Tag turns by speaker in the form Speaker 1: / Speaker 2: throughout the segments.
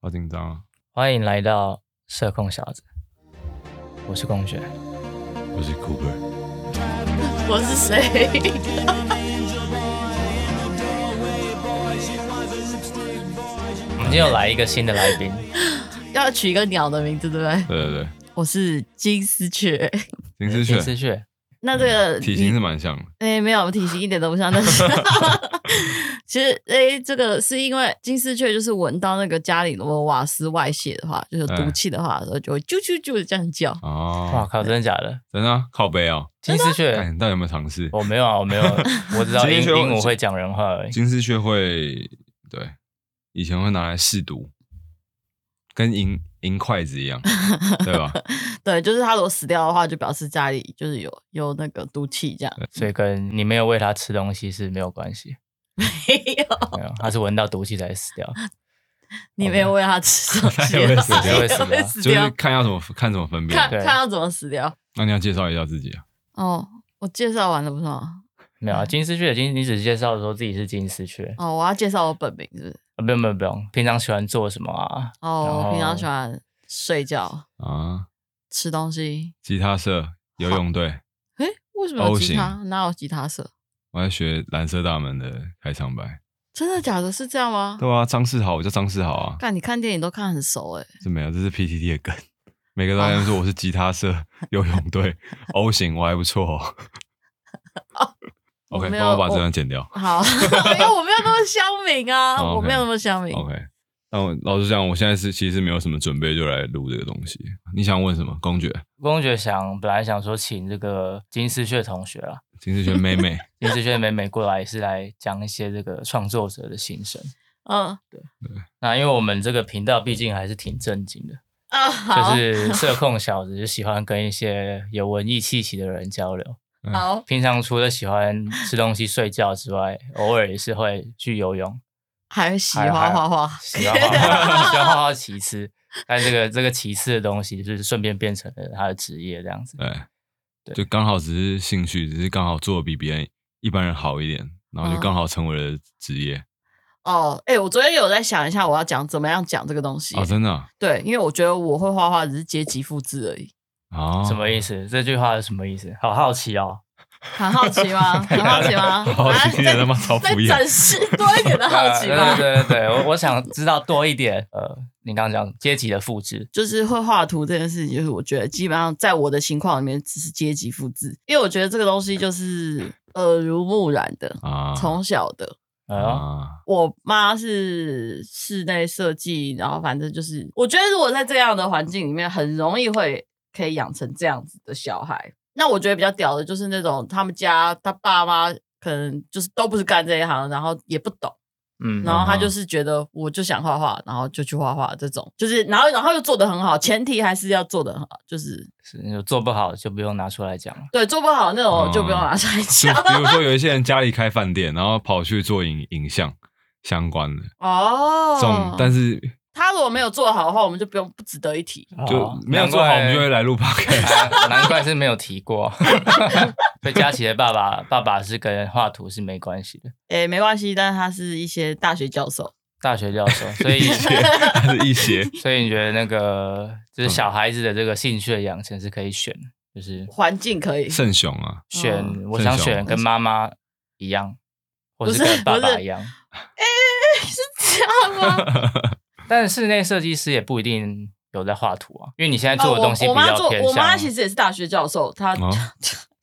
Speaker 1: 好紧张啊！
Speaker 2: 欢迎来到社控小子，我是龚学。
Speaker 1: 嗯
Speaker 3: 我是 Cooper，
Speaker 4: 我是谁？
Speaker 2: 我们今天又来一个新的来宾，
Speaker 4: 要取一个鸟的名字，对不对？
Speaker 1: 对对
Speaker 4: 我是金丝雀。
Speaker 1: 对，金丝
Speaker 2: 林
Speaker 1: 雀
Speaker 2: 思雀，
Speaker 4: 那这个
Speaker 1: 体型
Speaker 4: 你
Speaker 1: 是蛮像的，
Speaker 4: 哎、没有体型一点都不像，但是其实哎、这个是因为金丝雀就是闻到那个家里如果瓦斯外泄的话，就是有毒
Speaker 1: 哎
Speaker 4: 气的话，然后就会啾啾啾的这样叫。
Speaker 2: 哇
Speaker 1: 哦，
Speaker 2: 靠，真的假的？
Speaker 1: 真的啊靠背哦，
Speaker 2: 金丝
Speaker 1: 看
Speaker 2: 雀，
Speaker 1: 你到底有没有尝试？
Speaker 2: 我没有啊，我 没有，我只知道
Speaker 1: 金
Speaker 2: 鹦
Speaker 1: 丝雀
Speaker 2: 鹦鹉会讲人话而已。
Speaker 1: 金丝雀会对，以前会拿来试毒，跟银银筷子一样，对吧？
Speaker 4: 对，就是它如果死掉的话，就表示家里就是有有那个毒气这样。
Speaker 2: 所以跟你没有喂它吃东西是没有关系，
Speaker 4: 没有，
Speaker 2: 没有，它是闻到毒气才死 掉。
Speaker 4: 你没有喂它吃东西，
Speaker 2: 它也会死掉
Speaker 4: 它也
Speaker 2: 会死
Speaker 4: 会
Speaker 2: 掉
Speaker 4: 死
Speaker 1: 就是
Speaker 4: 掉。
Speaker 1: 看要怎么看怎么分辨
Speaker 4: 看。
Speaker 2: 对
Speaker 4: 看要怎么死掉。
Speaker 1: 那你要介绍一下自己啊？
Speaker 4: 哦，我介绍完了不是吗？
Speaker 2: 没有啊，金丝雀已经你只介绍说自己是金丝雀，
Speaker 4: 哦，我要介绍我本名是不是？
Speaker 2: 啊，不用不用不用，平常喜欢做什么啊？然
Speaker 4: 哦，
Speaker 2: 后
Speaker 4: 我平常喜欢睡觉、
Speaker 1: 啊，
Speaker 4: 吃东西。
Speaker 1: 吉他社、游泳队，
Speaker 4: 诶，为什么有
Speaker 1: O
Speaker 4: 吉他？哪有吉他社？
Speaker 1: 我在学蓝色大门的开场白。
Speaker 4: 真的假的？是这样吗？
Speaker 1: 对啊，张世豪，我叫张世豪啊，
Speaker 4: 看你看电影都看很熟哎、
Speaker 1: 这没有，这是 PTT 的梗。每个导演说我是吉他社、游泳队、O 型，我还不错哦。
Speaker 4: 我
Speaker 1: OK，
Speaker 4: 没有
Speaker 1: 帮我把这段剪掉。
Speaker 4: 好，因为我没有那么乡民啊，
Speaker 1: 哦，OK
Speaker 4: 我没有那么乡民。
Speaker 1: OK，但我老实讲，我现在是其实没有什么准备，就来录这个东西。你想问什么？公爵、
Speaker 2: 公爵想本来想说请这个金丝雀同学啊，
Speaker 1: 金丝雀妹妹，
Speaker 2: 金丝雀美美过来是来讲一些这个创作者的心声。
Speaker 4: 嗯
Speaker 2: 那因为我们这个频道毕竟还是挺正经的，
Speaker 4: 啊，好
Speaker 2: 就是社控小子就喜欢跟一些有文艺气息的人交流。
Speaker 4: 好
Speaker 2: 平常除了喜欢吃东西、睡觉之外，偶尔也是会去游泳，
Speaker 4: 还喜
Speaker 2: 还有
Speaker 4: 花花花，
Speaker 2: 喜欢画 画喜欢画画其次。但这个这个其次的东西，就是顺便变成了他的职业这样子。
Speaker 1: 对，
Speaker 2: 对
Speaker 1: 就刚好只是兴趣，只是刚好做的比别人一般人好一点，然后就
Speaker 4: 哦
Speaker 1: 刚好成为了职业。
Speaker 4: 哦，哎、我昨天有在想一下，我要讲怎么样讲这个东西、
Speaker 1: 哦，真的啊，
Speaker 4: 对，因为我觉得我会画画只是阶级复制而已，
Speaker 1: 哦
Speaker 2: 什么意思？这句话是什么意思？好好奇哦。
Speaker 4: 很好奇吗？很好 奇吗？
Speaker 1: 好奇心
Speaker 4: 啊
Speaker 1: 人他妈超
Speaker 4: 再
Speaker 1: 敷衍。
Speaker 4: 展示多一点 的 好奇吧。
Speaker 2: 对对对对，我我想知道多一点。呃，你刚刚讲阶级的复制，
Speaker 4: 就是会画图这件事情，就是我觉得基本上在我的情况里面只是阶级复制，因为我觉得这个东西就是耳濡目染的，
Speaker 1: 啊，
Speaker 4: 从小的。
Speaker 2: 呃，
Speaker 1: 啊，
Speaker 4: 我妈是室内设计，然后反正就是，我觉得如果在这样的环境里面，很容易会可以养成这样子的小孩。那我觉得比较屌的就是那种他们家他爸妈可能就是都不是干这一行，然后也不懂。
Speaker 2: 嗯，
Speaker 4: 然后他
Speaker 1: 嗯哼
Speaker 4: 就是觉得我就想画画，然后就去画画这种，就是然后然后又做的很好，前提还是要做的很好，就是
Speaker 2: 是你做不好就不用拿出来讲了。
Speaker 4: 对做不好那种就不用拿出来
Speaker 1: 就
Speaker 4: 讲、
Speaker 1: 比如说有一些人家里开饭店，然后跑去做影影像相关的
Speaker 4: 哦。
Speaker 1: 这种，但是
Speaker 4: 他如果没有做好的话，我们就不用不值得一提。
Speaker 1: 就没有做好，我们就会来录 podcast。
Speaker 2: 啊哦难怪是没有提 过。所以佳琪的爸爸，爸爸是跟画图是没关系的，
Speaker 4: 诶，没关系，但是他是一些大学教授，
Speaker 2: 大学教 授，所以
Speaker 1: 一些，它是一些，
Speaker 2: 所以你觉得那个就是小孩子的这个兴趣的养成是可以选，就是
Speaker 4: 环境可以，
Speaker 1: 圣雄啊，
Speaker 2: 选，我
Speaker 1: 正
Speaker 2: 想
Speaker 1: 常
Speaker 2: 选跟妈妈一样，或
Speaker 4: 嗯不
Speaker 2: 是
Speaker 4: 是
Speaker 2: 跟爸
Speaker 4: 不
Speaker 2: 爸
Speaker 4: 是
Speaker 2: 一样。
Speaker 4: 是这样 吗？
Speaker 2: 但室内设计师也不一定有在画图啊，因为你现在做的东西
Speaker 4: 哦、我
Speaker 2: 比
Speaker 4: 我妈
Speaker 2: 较
Speaker 4: 做，
Speaker 2: 偏
Speaker 4: 我妈
Speaker 2: 向
Speaker 4: 其实也是大学教授， 她、
Speaker 1: 哦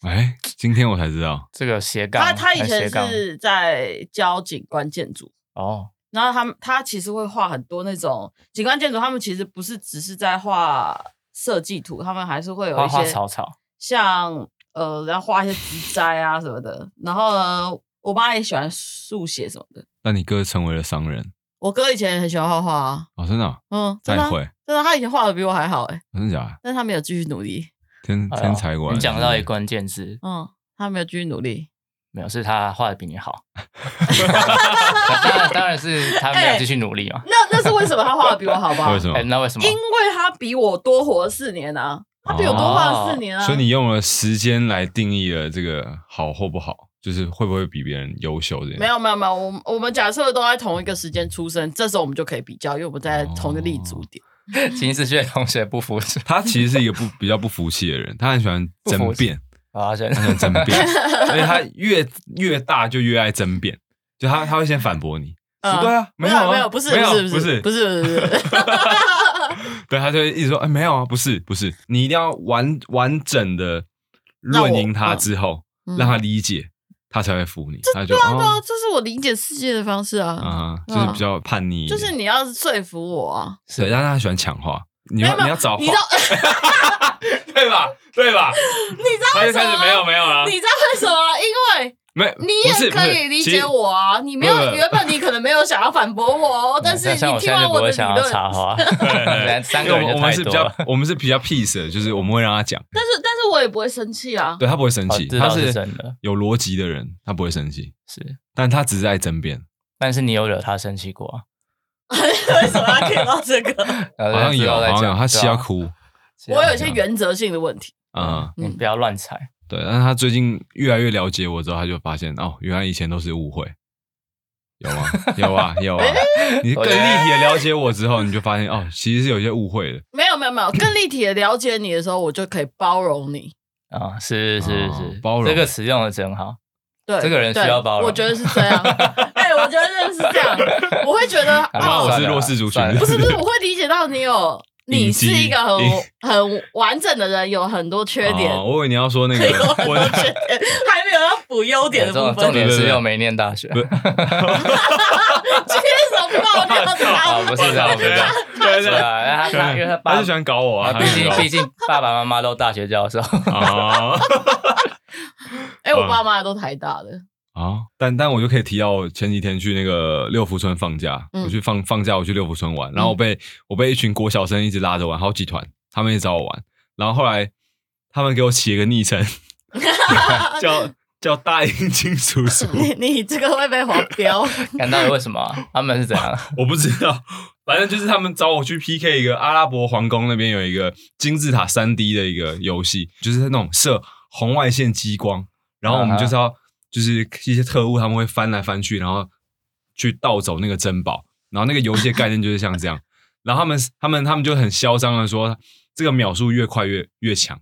Speaker 1: 哎，今天我才知道，
Speaker 2: 这个斜杠，
Speaker 4: 她她以
Speaker 2: 还斜
Speaker 4: 前
Speaker 2: 杠
Speaker 4: 是在教景观建筑，
Speaker 2: 哦，
Speaker 4: 然后他们他其实会画很多那种景观建筑，他们其实不是只是在画设计图，他们还是会有
Speaker 2: 花
Speaker 4: 一些
Speaker 2: 花草草，
Speaker 4: 像呃，然后画一些植栽啊什么的。然后呢，我妈也喜欢速写什么的。
Speaker 1: 那你哥成为了商人
Speaker 4: 我哥以前也很喜欢画画啊，
Speaker 1: 哦，真的啊，
Speaker 4: 嗯，
Speaker 1: 那
Speaker 4: 真的
Speaker 1: 你
Speaker 4: 啊、
Speaker 1: 会，
Speaker 4: 真的啊，他以前画的比我还好哎、
Speaker 1: 真的假的？
Speaker 4: 但是他没有继续努力，
Speaker 1: 天
Speaker 2: 哎呦
Speaker 1: 天才果然
Speaker 2: 你
Speaker 1: 是，
Speaker 2: 讲到一个关键字，
Speaker 4: 嗯，他没有继续努力。
Speaker 2: 没有，是他画的比你好。当然，当然是他没有继续努力嘛。
Speaker 4: 那那是为什么他画的比我好不好？
Speaker 1: 为什
Speaker 4: 么？
Speaker 1: 么
Speaker 2: 哎，？那为什么
Speaker 4: 因？为他比我多活了四年
Speaker 1: 哦
Speaker 4: 啊，他比我多画了四年啊。
Speaker 1: 所以你用了时间来定义了这个好或不好，就是会不会比别人优秀这样？
Speaker 4: 没有没有没有，我们我们假设都在同一个时间出生，这时候我们就可以比较，因为我们在同一个立足点。
Speaker 2: 秦志炫同学不服输
Speaker 1: 他其实是一个不比较不服气的人，他很喜欢
Speaker 2: 不
Speaker 1: 争
Speaker 2: 服气
Speaker 1: 辩，
Speaker 2: 啊， 真
Speaker 1: 他很喜欢争 辩，而且他越越大就越爱争辩，就他他会先反驳你，
Speaker 4: 嗯
Speaker 1: 不对啊，
Speaker 4: 没
Speaker 1: 有啊，
Speaker 4: 没有，不是
Speaker 1: 没有
Speaker 4: 不
Speaker 1: 不
Speaker 4: 是
Speaker 1: 是，
Speaker 4: 不是不是不是，
Speaker 1: 对，他就会一直说，哎，没有啊，不是不是，你一定要完完整的论赢
Speaker 4: 让我
Speaker 1: 他
Speaker 4: 嗯
Speaker 1: 之后，
Speaker 4: 嗯
Speaker 1: 让他理解，他才会服你，他就对
Speaker 4: 对啊，这是我理解世界的方式啊，
Speaker 1: 啊，就是比较叛逆一点，
Speaker 4: 就是你要说服我啊，
Speaker 1: 对，但是他喜欢抢话，你
Speaker 4: 没有
Speaker 1: 要
Speaker 4: 没有
Speaker 1: 你要找
Speaker 4: 你
Speaker 1: 话
Speaker 4: 知，道
Speaker 1: 对吧？对吧？
Speaker 4: 你知道
Speaker 1: 他
Speaker 4: 为
Speaker 1: 就
Speaker 4: 什
Speaker 1: 开
Speaker 4: 么
Speaker 1: 始没有
Speaker 4: 吗？
Speaker 1: 没有啦
Speaker 4: 啊你，知道为什么吗？因为
Speaker 1: 没，
Speaker 4: 你
Speaker 1: 不是
Speaker 4: 也可以理解。我啊，你没有
Speaker 1: 不是不是
Speaker 4: 原本你可能没有想要反驳 我哦，但是
Speaker 2: 像
Speaker 4: 你
Speaker 2: 我
Speaker 4: 听
Speaker 2: 现在
Speaker 4: 完
Speaker 2: 就不
Speaker 4: 的
Speaker 2: 会
Speaker 4: 理
Speaker 2: 想要
Speaker 4: 论，
Speaker 2: 插 话，
Speaker 1: 对
Speaker 2: 三
Speaker 1: 其实
Speaker 2: 个
Speaker 1: 因为我
Speaker 2: 人就
Speaker 1: 我们
Speaker 2: 太
Speaker 1: 是比
Speaker 2: 多
Speaker 1: 较
Speaker 2: 了。，
Speaker 1: 我们是比较 peace 的，就是我们会让他讲，
Speaker 4: 但是但是我也不会生气 啊。
Speaker 1: 对他不会生气，
Speaker 2: 哦知道
Speaker 1: 他
Speaker 2: 是真的
Speaker 1: 有逻辑的人，他不会生气，
Speaker 2: 是，
Speaker 1: 但他只是在争辩，
Speaker 2: 但是你有惹他生气过啊？
Speaker 4: 为什么要听到这
Speaker 1: 啊
Speaker 4: 个？
Speaker 2: 好
Speaker 1: 好像有，好像有，
Speaker 2: 啊
Speaker 1: 他气到，哭，
Speaker 2: 之
Speaker 1: 啊
Speaker 2: 后
Speaker 4: 我
Speaker 2: 再
Speaker 4: 有
Speaker 2: 讲
Speaker 4: 一些原则性的问题。
Speaker 1: 嗯，
Speaker 2: 你不要乱猜。
Speaker 1: 对，但是他最近越来越了解我之后，他就发现哦，原来以前都是误会。有啊，有啊，有啊！你更立体的了解我之后，你就发现哦，其实是有一些误会的。
Speaker 4: 没有没 有没有，更立体的了解你的时候，我就可以包容你。
Speaker 2: 啊、是是
Speaker 1: 哦
Speaker 2: 是，
Speaker 1: 包容
Speaker 2: 这个词用的真好。
Speaker 4: 对，
Speaker 2: 这个人需
Speaker 4: 对
Speaker 2: 要包容
Speaker 4: 我觉得是 这样。哎，我觉得是这样，我会觉得
Speaker 2: 好
Speaker 1: 不然
Speaker 2: 吧
Speaker 4: 哦
Speaker 1: 我
Speaker 2: 算
Speaker 1: 是
Speaker 2: 了
Speaker 1: 弱势族群
Speaker 2: 算
Speaker 1: 是
Speaker 2: 了
Speaker 4: 不是不是，我会理解到 你有，你
Speaker 1: 隐
Speaker 4: 是
Speaker 1: 疾
Speaker 4: 一个很
Speaker 1: 隐
Speaker 4: 很完整的人，有很多缺点。
Speaker 1: 哦，我以为你要说那个
Speaker 4: 有很
Speaker 1: 我
Speaker 4: 多
Speaker 1: 的
Speaker 4: 缺点，还没有要补优点的
Speaker 2: 重
Speaker 4: 部
Speaker 2: 重
Speaker 4: 分。
Speaker 2: 点
Speaker 1: 对对
Speaker 2: 是
Speaker 1: 对
Speaker 2: 又没念大学。
Speaker 1: 不
Speaker 4: 今天什么爆 料
Speaker 2: 啊，
Speaker 4: 他？
Speaker 2: 不是这样，不是这样，
Speaker 1: 对
Speaker 2: 对
Speaker 1: 对，
Speaker 2: 啊，他他因为他爸
Speaker 1: 他是喜欢搞我啊，
Speaker 2: 啊，
Speaker 1: 他
Speaker 2: 毕
Speaker 1: 是喜
Speaker 2: 竟
Speaker 1: 欢搞我
Speaker 2: 毕竟爸爸妈妈都大学教授，
Speaker 1: 啊
Speaker 4: 哎，我爸妈都台大的，
Speaker 1: 啊！但但我就可以提到，我前几天去那个六福村放假，
Speaker 4: 嗯
Speaker 1: 我去放放假，我去六福村玩，然后我被、我被一群国小生一直拉着玩，好几团，他们一直找我玩，然后后来他们给我起了个昵称， 叫叫大英金叔叔，
Speaker 4: 你你这个会被黄标。
Speaker 2: 看到底为什么啊他们 是怎样？
Speaker 1: 我不知道，反正就是他们找我去 PK 一个阿拉伯皇宫那边有一个金字塔三 D 的一个游戏，就是那种射红外线激光，然后我们就是要就是一些特务他们会翻来翻去，然后去盗走那个珍宝，然后那个游戏的概念就是像这样，然后他们他们他们就很嚣张的说，这个秒数越快越越强，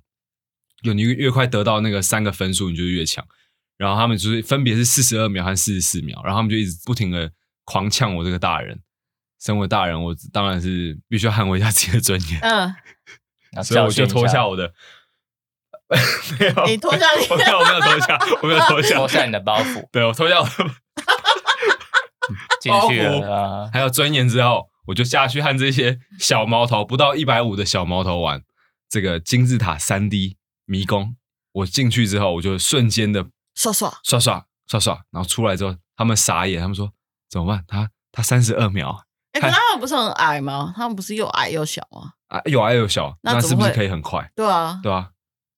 Speaker 1: 有你越快得到那个三个分数，你就越强。然后他们就是分别是四十二秒和四十四秒，然后他们就一直不停的狂呛我这个大人。身为大人，我当然是必须要捍卫一下自己的尊严，
Speaker 4: 嗯，
Speaker 1: 所以我就脱
Speaker 2: 脱
Speaker 1: 下我的，没有，
Speaker 4: 你脱下你
Speaker 1: 我没有，我没有脱下，我没有脱下，
Speaker 2: 脱下你的包 袱
Speaker 1: 对我脱下我的
Speaker 2: 进去了啊，
Speaker 1: 还有尊严之后，我就下去和这些小毛头不到一百五的小毛头玩这个金字塔三 D 迷宫。我进去之后，我就瞬间的
Speaker 4: 刷刷，
Speaker 1: 刷刷刷刷，然后出来之后，他们傻眼，他们说怎么办？他他三十二秒啊
Speaker 4: 哎，可
Speaker 1: 看
Speaker 4: 是他们不是很矮吗？他们不是又矮又小吗？
Speaker 1: 啊，又矮又小，
Speaker 4: 那
Speaker 1: 那
Speaker 4: 怎
Speaker 1: 是
Speaker 4: 么
Speaker 1: 不
Speaker 4: 会
Speaker 1: 是可以很快？
Speaker 4: 对啊，
Speaker 1: 对啊，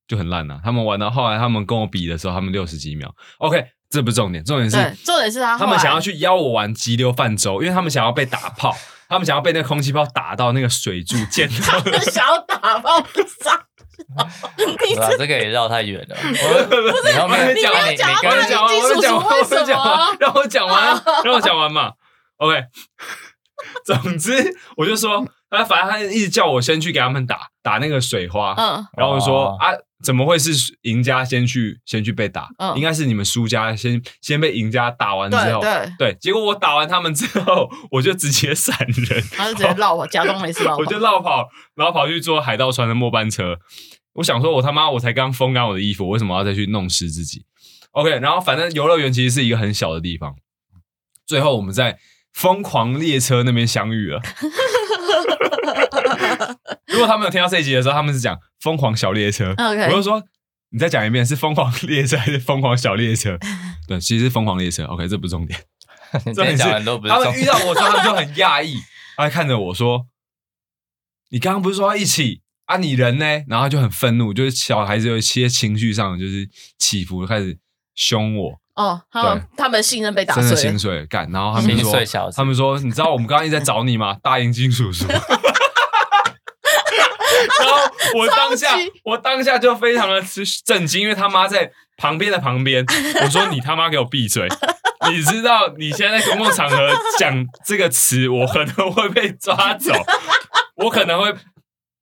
Speaker 1: 就很烂啊。他们玩到后来，他们跟我比的时候，他们六十几秒。OK，这不是重点，重点
Speaker 4: 对
Speaker 1: 是，
Speaker 4: 重点是他
Speaker 1: 他
Speaker 4: 后
Speaker 1: 们
Speaker 4: 来。
Speaker 1: 想要去邀我玩急流泛舟，因为他们想要被打炮，他们想要被那个空气炮打到那个水柱 溅到
Speaker 4: 小打爆炸。你
Speaker 2: 对吧？
Speaker 4: 这
Speaker 2: 这个也绕太远 了。我你后
Speaker 1: 我还
Speaker 2: 面
Speaker 1: 没讲完
Speaker 2: 你你
Speaker 4: 你没有讲完
Speaker 2: 跟
Speaker 1: 我讲完，我再讲完，我再讲完，让我讲
Speaker 4: 啊
Speaker 1: 完，让我讲完嘛。OK，总之我就说，他反正他一直叫我先去给他们打打那个水花，
Speaker 4: 嗯
Speaker 1: 然后我就说、
Speaker 2: 哦
Speaker 1: 啊，怎么会是赢家先去先去被打？
Speaker 4: 嗯
Speaker 1: 应该是你们输家先先被赢家打完之
Speaker 4: 对
Speaker 1: 后，
Speaker 4: 对
Speaker 1: 对结果我打完他们之后，我就直接闪人，
Speaker 4: 他就直接绕我，假装没事绕我
Speaker 1: 我。就绕跑，然后跑去坐海盗船的末班车。我想说，我他妈我才刚风干我的衣服，为什么要再去弄湿自己？OK，然后反正游乐园其实是一个很小的地方。最后我们在疯狂列车那边相遇了。 如果他们有听到这一集的时候，他们是讲疯狂小列车
Speaker 4: 嗯 OK
Speaker 1: 我就说你再讲一遍，是疯狂列车还是疯狂小列车？ 对，其实是疯狂列车。OK，这不是重点。
Speaker 2: 你今
Speaker 1: 重点
Speaker 2: 天
Speaker 1: 是
Speaker 2: 讲的都不是
Speaker 1: 他
Speaker 2: 重
Speaker 1: 们遇
Speaker 2: 点。
Speaker 1: 到我之后，他们就很讶 异，他还看着我说：“你刚刚不是说要一起啊？你人呢？”然后他就很愤怒，就是小孩子有一些情绪上的就是起伏，开始凶我，
Speaker 4: 哦，他们他们信任被打
Speaker 1: 真的
Speaker 4: 碎了
Speaker 1: 心。碎干。然后他们
Speaker 2: 心碎
Speaker 1: 说
Speaker 2: 小：“ 子
Speaker 1: 他们说，你知道我们刚刚一直在找你吗？大眼睛叔叔。”然后我当下
Speaker 4: 超级
Speaker 1: 我当下就非常的震惊，因为他妈在旁边的旁边，我说你他妈给我闭嘴！你知道你现在在公共场合讲这个词，我可能会被抓走，我可能会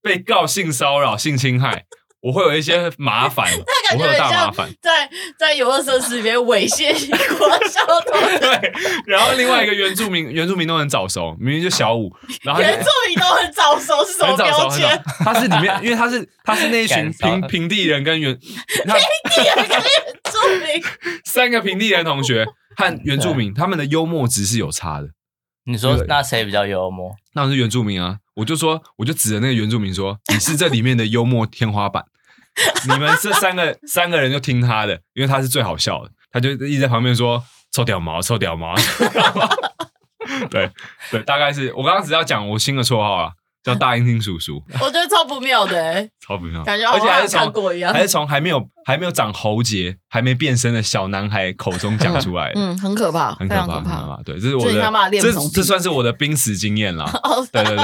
Speaker 1: 被告性骚扰、性侵害，我会有一些麻 烦，
Speaker 4: 感
Speaker 1: 我会
Speaker 4: 觉
Speaker 1: 有
Speaker 4: 很
Speaker 1: 大麻
Speaker 4: 像
Speaker 1: 烦。
Speaker 4: 在在游乐设施里面猥亵国小同学，
Speaker 1: 对，然后另外一个原住民，原住民都很早熟，明明就小五，然后他就
Speaker 4: 原住民都很早熟是什么
Speaker 1: 很早
Speaker 4: 标
Speaker 1: 熟，很
Speaker 4: 签
Speaker 1: 早？，他是里面，因为他是他是那一群
Speaker 2: 干早
Speaker 1: 平平地人跟原， 他
Speaker 4: 第二个原住民，
Speaker 1: 三个平地人同学和原住民，他们的幽默值是有差的。
Speaker 2: 你说
Speaker 1: 对
Speaker 2: 那谁比较幽默？
Speaker 1: 那我是原住民啊，我就说，我就指着那个原住民说：“你是这里面的幽默天花板，你们这三个三个人就听他的，因为他是最好笑的。”他就一直在旁边说：“臭屌毛，臭屌毛。” 对对，大概是我刚刚只要讲我新的绰号啊，叫大英听叔叔，
Speaker 4: 我觉得超不妙的、欸，
Speaker 1: 超不妙，
Speaker 4: 感觉好
Speaker 1: 而且还
Speaker 4: 像
Speaker 1: 是
Speaker 4: 看
Speaker 1: 从
Speaker 4: 过一样
Speaker 1: 还。是从还没有还没有长喉结、还没变身的小男孩口中讲出来的。
Speaker 4: 嗯，很可怕，
Speaker 1: 很
Speaker 4: 非
Speaker 1: 可
Speaker 4: 常
Speaker 1: 怕，
Speaker 4: 可
Speaker 1: 很可
Speaker 4: 怕。
Speaker 1: 怕。对，这是我
Speaker 4: 这是
Speaker 1: 的，
Speaker 4: 他妈的恋
Speaker 1: 这
Speaker 4: 童癖
Speaker 1: 这算是我的濒死经验啦。
Speaker 4: 哦，
Speaker 1: 对对对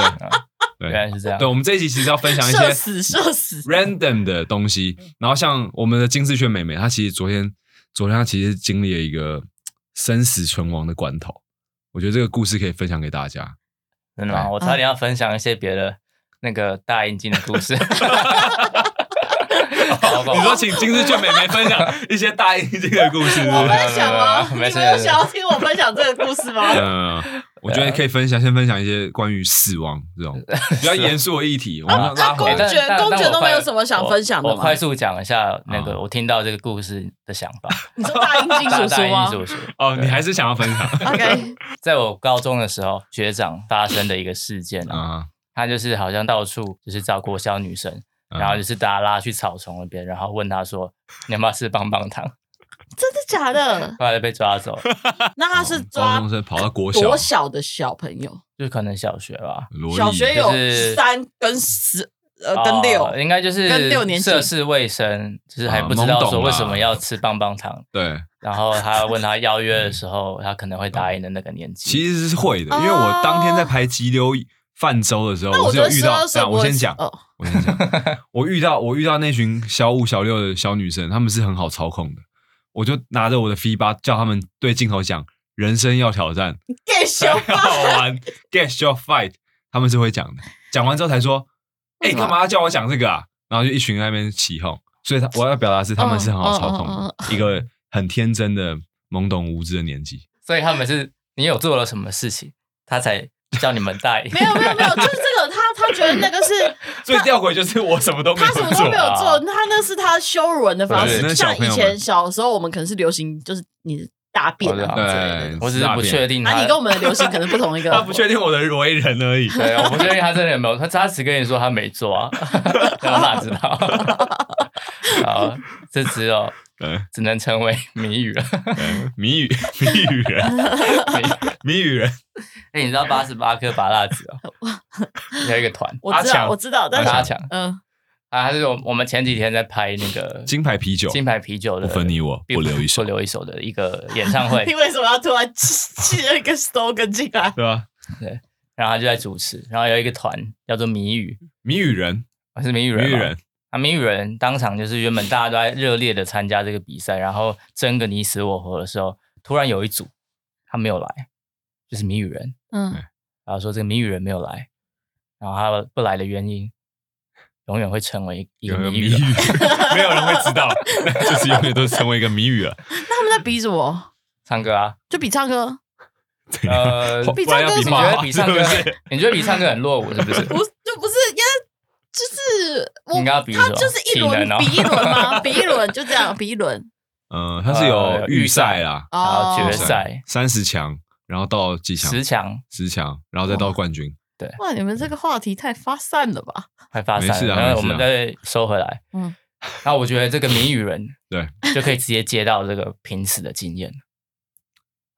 Speaker 2: 原
Speaker 1: 对
Speaker 2: 来是这样。
Speaker 1: 对，我们这一集其实要分享一
Speaker 4: 社
Speaker 1: 些
Speaker 4: 死社死，
Speaker 1: random 的东西，然后像我们的金丝雀妹妹，她其实昨天昨天她其实经历了一个生死存亡的关头，我觉得这个故事可以分享给大家。
Speaker 2: 真的吗？
Speaker 1: 对
Speaker 2: 我差点要分享一些别的那个大阴茎的故 事。 好吧
Speaker 1: 你说请金丝雀妹妹分享一些大英这个故事，是不
Speaker 4: 我
Speaker 1: 是？
Speaker 4: 分享吗？你
Speaker 2: 没
Speaker 4: 们
Speaker 2: 事
Speaker 4: 有想要听我分享这个故事吗？
Speaker 1: 嗯，我觉得可以分享，先分享一些关于死亡这种比较严肃的议题。我们要拉
Speaker 4: 公
Speaker 1: 回
Speaker 2: 哎
Speaker 1: 来
Speaker 4: 爵。
Speaker 2: 但但
Speaker 4: 公爵
Speaker 2: 但
Speaker 4: 都
Speaker 2: 我快
Speaker 4: 没有什么想分享的
Speaker 2: 我我
Speaker 4: 吗
Speaker 2: 快速讲一下那
Speaker 1: 啊
Speaker 2: 个我听到这个故事的想法。
Speaker 4: 你说大英 金
Speaker 2: 大
Speaker 4: 叔
Speaker 2: 大
Speaker 4: 叔吗
Speaker 2: 阴叔叔，
Speaker 1: 哦，你还是想要分享
Speaker 4: ？OK，
Speaker 2: 在我高中的时候，学长发生的一个事件啊，
Speaker 1: 啊？
Speaker 2: 他就是好像到处就是找国小女生，
Speaker 1: 嗯
Speaker 2: 然后就是大家拉去草丛那边，然后问他说你要不要吃棒棒糖，
Speaker 4: 真的假的？
Speaker 2: 后来就被抓走，
Speaker 4: 那他是
Speaker 1: 高
Speaker 4: 抓
Speaker 1: 中生跑到国小，
Speaker 4: 多小的小朋友？
Speaker 2: 就可能小学吧，
Speaker 1: 萝莉
Speaker 4: 小学
Speaker 2: 就
Speaker 4: 有
Speaker 2: 是
Speaker 4: 三跟十，呃，
Speaker 1: 啊
Speaker 4: 跟六
Speaker 1: 哎
Speaker 2: 哦，应该就是
Speaker 4: 跟六年级
Speaker 2: 涉世未深，就是还不知
Speaker 1: 啊懵
Speaker 2: 道
Speaker 1: 懂
Speaker 2: 说
Speaker 1: 啦
Speaker 2: 为什么要吃棒棒糖。
Speaker 1: 对，
Speaker 2: 然后他问他邀约的时候，他可能会答应的那个年
Speaker 1: 嗯
Speaker 2: 纪。
Speaker 1: 其实是会的，
Speaker 4: 哦
Speaker 1: 因为我当天在排急流泛舟的时候，
Speaker 4: 那
Speaker 1: 我是
Speaker 4: 觉
Speaker 1: 有
Speaker 4: 得
Speaker 1: 遇
Speaker 4: 十
Speaker 1: 到
Speaker 4: 二。岁
Speaker 1: 那
Speaker 4: 不
Speaker 1: 我
Speaker 4: 会
Speaker 1: 先讲，
Speaker 4: 哦，
Speaker 1: 我先讲，我遇到我遇到那群小五小六的小女生，她们是很好操控的，我就拿着我的 V 八叫她们对镜头讲：“人生要挑战，
Speaker 4: 给小
Speaker 1: 很好玩，Get your fight。”她们是会讲的，讲完之后才说：“哎、
Speaker 4: 为什么
Speaker 1: 干嘛要叫我讲这个啊？”然后就一群人在那边起哄，所以她我要表达是她们是很好操控
Speaker 4: 嗯嗯
Speaker 1: 的，一个很天真的懵懂无知的年纪。
Speaker 2: 所以他们是你有做了什么事情，他才叫你们答应。
Speaker 4: 没有没有没有，就是这个他他觉得那个是
Speaker 1: 最吊诡就是我什么都没
Speaker 4: 他什么都没有做，
Speaker 2: 啊
Speaker 4: 他那是他羞辱人的方式。
Speaker 1: 对那
Speaker 4: 就
Speaker 1: 小
Speaker 4: 像
Speaker 1: 朋
Speaker 4: 以
Speaker 1: 友
Speaker 4: 前
Speaker 1: 们
Speaker 4: 小时候，我们可能是流行就是你的大便啊
Speaker 2: 我
Speaker 4: 之
Speaker 2: 知
Speaker 1: 道
Speaker 4: 类的。
Speaker 1: 对
Speaker 2: 我只是不确定他。
Speaker 4: 啊，你跟我们的流行可能不同一 个。
Speaker 1: 他不确定我的为人 而已。
Speaker 2: 对，我不确定他真的有没有，他他只跟你说他没做啊，那我哪知道？好，这只有
Speaker 1: 对，
Speaker 2: 只能成为谜语了。
Speaker 1: 对谜语谜语 人，
Speaker 2: 谜语
Speaker 1: 谜语人，
Speaker 2: 哎、你知道八十八颗拔蜡子哦？有一个团，
Speaker 4: 我知
Speaker 2: 阿强
Speaker 4: 道，我知道，但
Speaker 2: 阿
Speaker 4: 是
Speaker 2: 强
Speaker 4: 嗯，
Speaker 2: 啊，他是我我们前几天在拍那个
Speaker 1: 金牌啤酒，
Speaker 2: 金牌啤酒的，
Speaker 1: 不分你我，不留一手
Speaker 2: 不，留一手的一个演唱 会
Speaker 4: 你，为什么要突然寄了一个 slogan 进来？
Speaker 1: 对吧？
Speaker 2: 然后他就在主持，然后有一个团叫做谜语，
Speaker 4: 嗯
Speaker 1: 谜语人，
Speaker 2: 啊是谜语
Speaker 1: 谜
Speaker 2: 人吗，
Speaker 1: 语人，
Speaker 2: 啊，谜语人当场就是原本大家都在热烈的参加这个比赛，然后争个你死我活的时候，突然有一组他没有来，就是谜语人，
Speaker 4: 嗯，
Speaker 2: 然后说这个谜语人没有来，然后他不来的原因，永远会成为一个
Speaker 1: 有个
Speaker 2: 谜
Speaker 1: 谜
Speaker 2: 语
Speaker 1: 语
Speaker 2: 人。，
Speaker 1: 没有人会知道， 就是永远都成为一个谜语了。
Speaker 4: 那他们在比什么？
Speaker 2: 唱歌啊，
Speaker 4: 就比唱歌？
Speaker 1: 怎样
Speaker 2: 呃，
Speaker 1: 不
Speaker 4: 比
Speaker 1: 然要
Speaker 4: 唱歌
Speaker 1: 比
Speaker 2: 你
Speaker 4: 是
Speaker 2: 觉
Speaker 1: 画
Speaker 2: 得
Speaker 1: 画，
Speaker 2: 比唱
Speaker 1: 是
Speaker 2: 歌
Speaker 1: 不是？，
Speaker 2: 你觉得比唱歌很落伍是 不是？
Speaker 4: 不是，就不是，因为就是我
Speaker 2: 你刚刚比
Speaker 4: 他
Speaker 2: 什么
Speaker 4: 就是一轮
Speaker 2: 体能哦
Speaker 4: 比一轮 吗？比一轮就这样，比一轮
Speaker 1: 嗯，它是有
Speaker 2: 呃
Speaker 1: 预赛啦，
Speaker 2: 好
Speaker 4: 哦。
Speaker 2: 决赛
Speaker 1: 三十强，然后到几强？
Speaker 2: 十强
Speaker 1: 十强，然后再到冠军。
Speaker 4: 哇，你们这个话题太发散了吧？
Speaker 2: 快发
Speaker 1: 没
Speaker 2: 散
Speaker 1: 事
Speaker 2: 了，
Speaker 1: 啊没
Speaker 2: 然后我
Speaker 1: 事
Speaker 2: 们
Speaker 1: 啊
Speaker 2: 再收回来。
Speaker 4: 嗯
Speaker 2: 嗯，那我觉得这个谜语人
Speaker 1: 对
Speaker 2: 就可以直接接到这个濒死的 经验，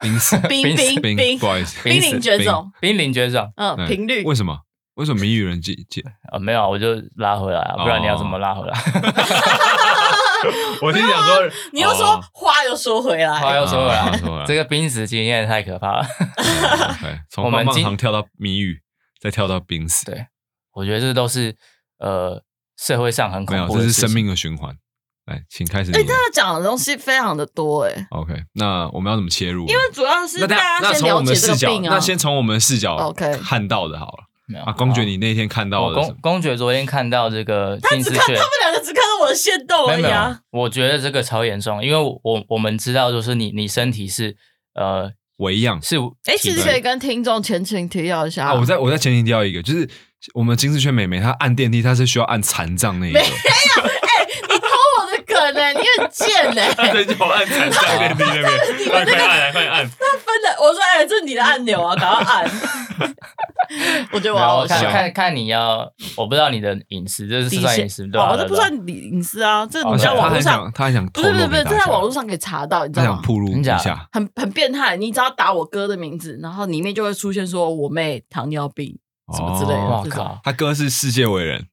Speaker 1: 濒 死，
Speaker 4: 冰冰
Speaker 1: 冰
Speaker 4: 冰
Speaker 1: 不好意思，
Speaker 4: 濒临绝
Speaker 1: 冰
Speaker 4: 种，
Speaker 2: 濒临绝种。
Speaker 4: 嗯，
Speaker 1: 对
Speaker 4: 频率
Speaker 1: 为什么？为什么谜语人进 进？
Speaker 2: 啊，没有啊，我就拉回来啊，不然你要
Speaker 1: 哦
Speaker 2: 怎么拉回来？
Speaker 1: 我是想说，
Speaker 4: 啊你又说
Speaker 1: 哦
Speaker 4: 话又说回
Speaker 2: 话
Speaker 4: 来，
Speaker 2: 又说回
Speaker 1: 啊话又说回
Speaker 2: 来
Speaker 1: 来，
Speaker 2: 这个濒死经验太可怕了。
Speaker 1: OK，从
Speaker 2: 我们
Speaker 1: 棒棒
Speaker 2: 今
Speaker 1: 糖跳到谜语，再跳到冰死。
Speaker 2: 对我觉得这都是呃社会上很
Speaker 1: 没
Speaker 2: 恐
Speaker 1: 有，
Speaker 2: 怖
Speaker 1: 这
Speaker 2: 的
Speaker 1: 是
Speaker 2: 事情
Speaker 1: 生。命的循环。来，请开始你
Speaker 4: 哎、
Speaker 1: 的。
Speaker 4: 他讲的东西非常的多哎、
Speaker 1: OK，那我们要怎么切入？啊因
Speaker 4: 因为主要是
Speaker 1: 那等下
Speaker 4: 大家
Speaker 1: 那
Speaker 4: 先
Speaker 1: 从我
Speaker 4: 了
Speaker 1: 们的
Speaker 4: 解这
Speaker 1: 视
Speaker 4: 个
Speaker 1: 角，
Speaker 4: 病啊。
Speaker 1: 那先从我们的视角
Speaker 4: OK 哦
Speaker 1: 看到的好了。
Speaker 2: 没有
Speaker 1: 啊，公爵，
Speaker 2: 好
Speaker 1: 你那天看到
Speaker 2: 我
Speaker 1: 的是什
Speaker 2: 哦公
Speaker 1: 么
Speaker 2: 公爵昨天看到这个
Speaker 4: 他
Speaker 2: 金
Speaker 4: 只
Speaker 2: 丝
Speaker 4: 看他
Speaker 2: 雀，
Speaker 4: 们两个只看到我的线动
Speaker 2: 没
Speaker 4: 而
Speaker 2: 有
Speaker 4: 已
Speaker 2: 没
Speaker 4: 啊
Speaker 2: 有。，我觉得这个超严重，因为我我我们知道，就是你你身体是呃
Speaker 1: 维样
Speaker 2: 是
Speaker 4: 哎、
Speaker 2: 体
Speaker 4: 其实
Speaker 2: 内
Speaker 4: 可以跟听众前情提要一下，
Speaker 1: 啊？我在我在前提掉一个，就是我们金丝雀妹妹她按电梯，她是需要按残障那一个，
Speaker 4: 我的梗呢、你很贱欸呢、
Speaker 1: 对，就按残障电梯那 边，快快按，快按。
Speaker 4: 分的，我说哎、这是你的按钮啊，赶快按。 我啊觉得我
Speaker 2: 然
Speaker 4: 好
Speaker 2: 后
Speaker 4: 好笑
Speaker 2: 看
Speaker 1: 笑
Speaker 2: 看看你要，我不知道你的隐私，这是
Speaker 4: 底
Speaker 2: 算
Speaker 4: 线
Speaker 2: 隐私
Speaker 1: 啊
Speaker 2: 对吧？
Speaker 4: 哦，这不
Speaker 2: 对吧
Speaker 4: 算你隐私啊，这
Speaker 1: 好
Speaker 4: 你在
Speaker 1: 像她
Speaker 4: 网络
Speaker 1: 很
Speaker 4: 上，
Speaker 1: 想，她很想
Speaker 4: 不
Speaker 1: 透
Speaker 4: 是
Speaker 1: 露
Speaker 4: 不
Speaker 1: 给
Speaker 4: 是不是，
Speaker 1: 大
Speaker 4: 这在
Speaker 1: 家
Speaker 4: 网络上可以查到，你知
Speaker 1: 她
Speaker 4: 道
Speaker 1: 想
Speaker 4: 吗？
Speaker 1: 暴露一
Speaker 2: 真假
Speaker 1: 下。
Speaker 4: 很很变态，你只要打我哥的名字，然后里面就会出现说我妹糖尿病什么之类的。
Speaker 1: 哦
Speaker 2: 哇
Speaker 4: 这种！
Speaker 2: 靠，
Speaker 1: 他哥是世界伟 人，